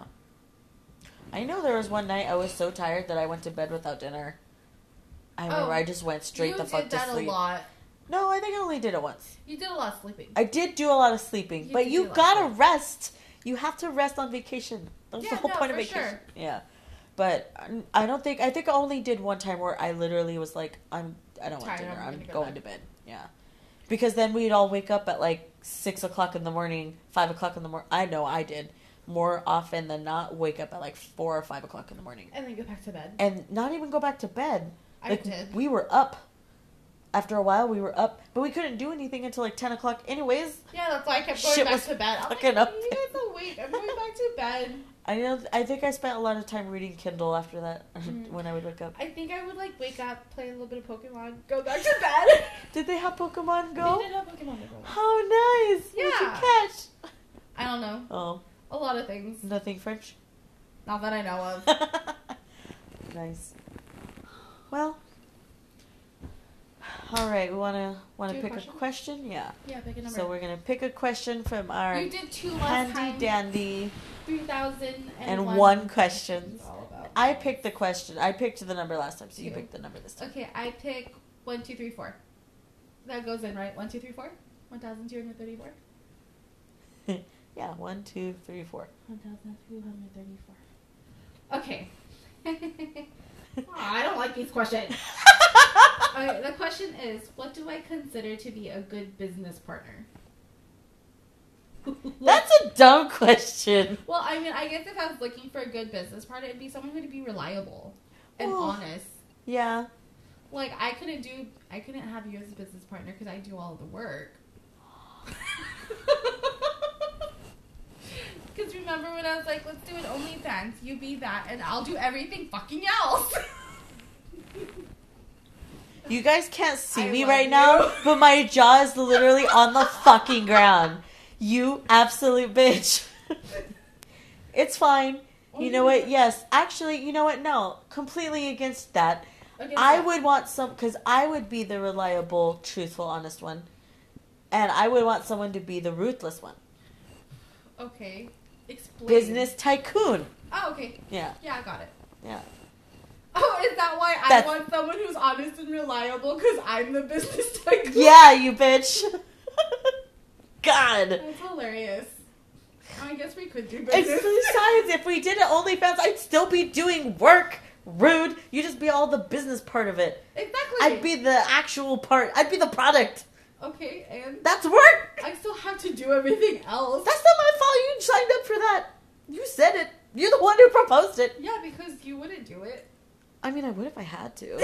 Speaker 1: I know there was one night I was so tired that I went to bed without dinner. I remember
Speaker 2: Oh,
Speaker 1: I just went straight the fuck to sleep.
Speaker 2: lot.
Speaker 1: No, I think I only did it once. You
Speaker 2: did a lot of sleeping.
Speaker 1: I did do a lot of sleeping,
Speaker 2: You
Speaker 1: but
Speaker 2: did
Speaker 1: you
Speaker 2: do a lot of
Speaker 1: gotta
Speaker 2: sleep.
Speaker 1: rest. You have to rest on vacation. That's the
Speaker 2: Yeah,
Speaker 1: whole
Speaker 2: no,
Speaker 1: point of
Speaker 2: for
Speaker 1: vacation.
Speaker 2: sure.
Speaker 1: Yeah. But I- I don't think I think I only did one time where I literally was like, I'm I don't want
Speaker 2: Tired,
Speaker 1: dinner.
Speaker 2: I'm
Speaker 1: I'm,
Speaker 2: gonna go
Speaker 1: going
Speaker 2: back.
Speaker 1: to bed. Yeah. Because then we'd all wake up at like six o'clock in the morning, five o'clock in the morning. I know I did more often than not wake up at like four or five o'clock in the morning
Speaker 2: And then go back to bed.
Speaker 1: and not even go back to bed.
Speaker 2: I
Speaker 1: Like,
Speaker 2: did.
Speaker 1: We were up. After a while, we were up, but we couldn't do anything until like ten o'clock. Anyways,
Speaker 2: Yeah, that's why I kept going
Speaker 1: Shit
Speaker 2: back
Speaker 1: was
Speaker 2: to bed. I'm
Speaker 1: fucking
Speaker 2: like,
Speaker 1: up
Speaker 2: you guys awake. I'm going back to bed.
Speaker 1: I know. I think I spent a lot of time reading Kindle after that
Speaker 2: Mm.
Speaker 1: when I would wake up.
Speaker 2: I think I would like wake up, play a little bit of Pokemon, go back to bed.
Speaker 1: Did they have Pokemon
Speaker 2: They
Speaker 1: Go?
Speaker 2: did have Pokemon Go.
Speaker 1: How nice! What'd you
Speaker 2: Yeah.
Speaker 1: catch?
Speaker 2: I don't know.
Speaker 1: Oh,
Speaker 2: A lot of things.
Speaker 1: nothing French.
Speaker 2: Not that I know of.
Speaker 1: nice. Well, all right. We wanna wanna
Speaker 2: Do a
Speaker 1: pick
Speaker 2: question?
Speaker 1: a question. Yeah.
Speaker 2: Yeah, pick a number.
Speaker 1: So we're gonna pick a question from our
Speaker 2: you did two last
Speaker 1: handy
Speaker 2: time.
Speaker 1: dandy.
Speaker 2: 3,000
Speaker 1: and
Speaker 2: one,
Speaker 1: one question.
Speaker 2: It's all about-
Speaker 1: I picked the question. I picked the number last time, so you
Speaker 2: You.
Speaker 1: picked the number this time.
Speaker 2: Okay, I pick one, two, three, four. That goes in, right? One, two, three, four? 1,234?
Speaker 1: yeah. One, two, three, four.
Speaker 2: 1,234. Okay. Aw, I don't like these questions. Okay, the question is, what do I consider to be a good business partner?
Speaker 1: That's a dumb question.
Speaker 2: Well, I mean, I guess if I was looking for a good business partner, it'd be someone who'd be reliable and
Speaker 1: Well-
Speaker 2: honest.
Speaker 1: Yeah.
Speaker 2: Like I couldn't do, I couldn't have you as a business partner because I do all the work. Because remember when I was like, let's do an OnlyFans, you be that, and I'll do everything fucking else.
Speaker 1: You guys can't see
Speaker 2: I
Speaker 1: me
Speaker 2: love
Speaker 1: right
Speaker 2: you.
Speaker 1: now, but my jaw is literally on the fucking ground. You absolute bitch. it's fine. You know what? Yes. Actually, you know what? No. Completely against that.
Speaker 2: Okay,
Speaker 1: I
Speaker 2: so-
Speaker 1: would want some because I would be the reliable, truthful, honest one, and I would want someone to be the ruthless one,
Speaker 2: Okay. Explain.
Speaker 1: business tycoon.
Speaker 2: Oh, okay.
Speaker 1: Yeah,
Speaker 2: Yeah, I got it.
Speaker 1: yeah.
Speaker 2: Oh, is that why
Speaker 1: That's-
Speaker 2: I want someone who's honest and reliable? Because I'm the business tycoon.
Speaker 1: Yeah, you bitch. God.
Speaker 2: That's hilarious. I guess we could do
Speaker 1: And
Speaker 2: business.
Speaker 1: besides, if we did an OnlyFans, I'd still be doing work. Rude. You just be all the business part of it.
Speaker 2: exactly.
Speaker 1: I'd be the actual part. I'd be the product.
Speaker 2: okay, and
Speaker 1: That's work.
Speaker 2: I still have to do everything else.
Speaker 1: That's not my fault. You signed up for that. You said it. You're the one who proposed it.
Speaker 2: yeah, because you wouldn't do it.
Speaker 1: I mean, I would if I had to.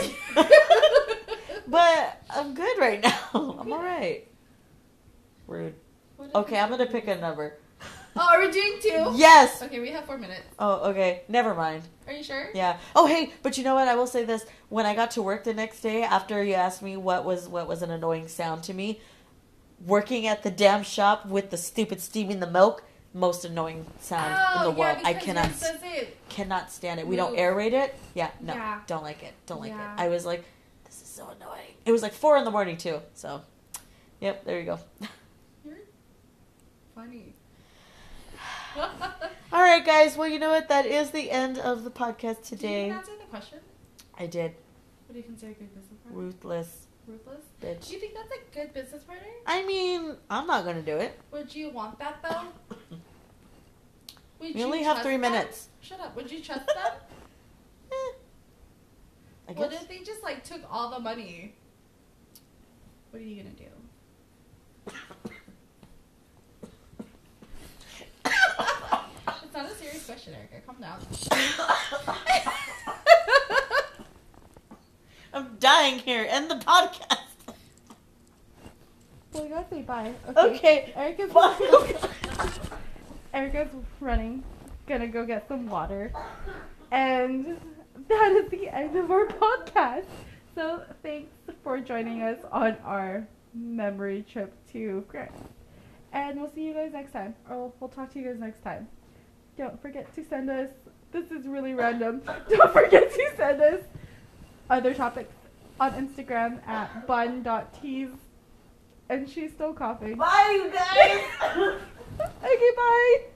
Speaker 1: but I'm good right now. I'm all right. Rude.
Speaker 2: What if
Speaker 1: Okay,
Speaker 2: we-
Speaker 1: I'm gonna pick a number.
Speaker 2: Oh, are we doing two?
Speaker 1: Yes.
Speaker 2: Okay, we have four minutes.
Speaker 1: Oh, okay. Never mind.
Speaker 2: Are you sure?
Speaker 1: Yeah. Oh, hey, but you know what? I will say this: when I got to work the next day, after you asked me what was what was an annoying sound to me, working at the damn shop with the stupid steaming the milk, most annoying sound in
Speaker 2: Oh,
Speaker 1: the
Speaker 2: yeah,
Speaker 1: world. I
Speaker 2: because
Speaker 1: cannot
Speaker 2: yours does it.
Speaker 1: cannot stand it. We don't
Speaker 2: Move.
Speaker 1: aerate it. Yeah, no,
Speaker 2: Yeah.
Speaker 1: don't like it. Don't like
Speaker 2: Yeah.
Speaker 1: it. I was like, this is so annoying. It was like four in the morning too. So, yep, there you go.
Speaker 2: You're funny.
Speaker 1: All right, guys. Well, you know what? That is the end of the podcast
Speaker 2: Did you even
Speaker 1: today.
Speaker 2: answer the question?
Speaker 1: I did
Speaker 2: What do you consider a good business partner?
Speaker 1: ruthless
Speaker 2: Ruthless? Do
Speaker 1: bitch.
Speaker 2: you think that's a good business partner?
Speaker 1: I mean, I'm not gonna do it.
Speaker 2: Would you want that though? Would
Speaker 1: We
Speaker 2: you
Speaker 1: only have
Speaker 2: trust
Speaker 1: three
Speaker 2: them?
Speaker 1: minutes.
Speaker 2: Shut up. Would you trust them?
Speaker 1: Eh, I guess.
Speaker 2: what if they just like took all the money? What are you gonna do? It's not a serious question, Erica. Calm down.
Speaker 1: I'm dying here. End the podcast.
Speaker 2: Well, you say bye.
Speaker 1: Okay.
Speaker 2: Erica's Erica's running, gonna go get some water, and that is the end of our podcast. So thanks for joining us on our memory trip to Greece, and we'll see you guys next time, or we'll, we'll talk to you guys next time. Don't forget to send us. This is really random. Don't forget to send us other topics on Instagram at bun.tease. And she's still coughing.
Speaker 1: Bye, you guys.
Speaker 2: okay, bye.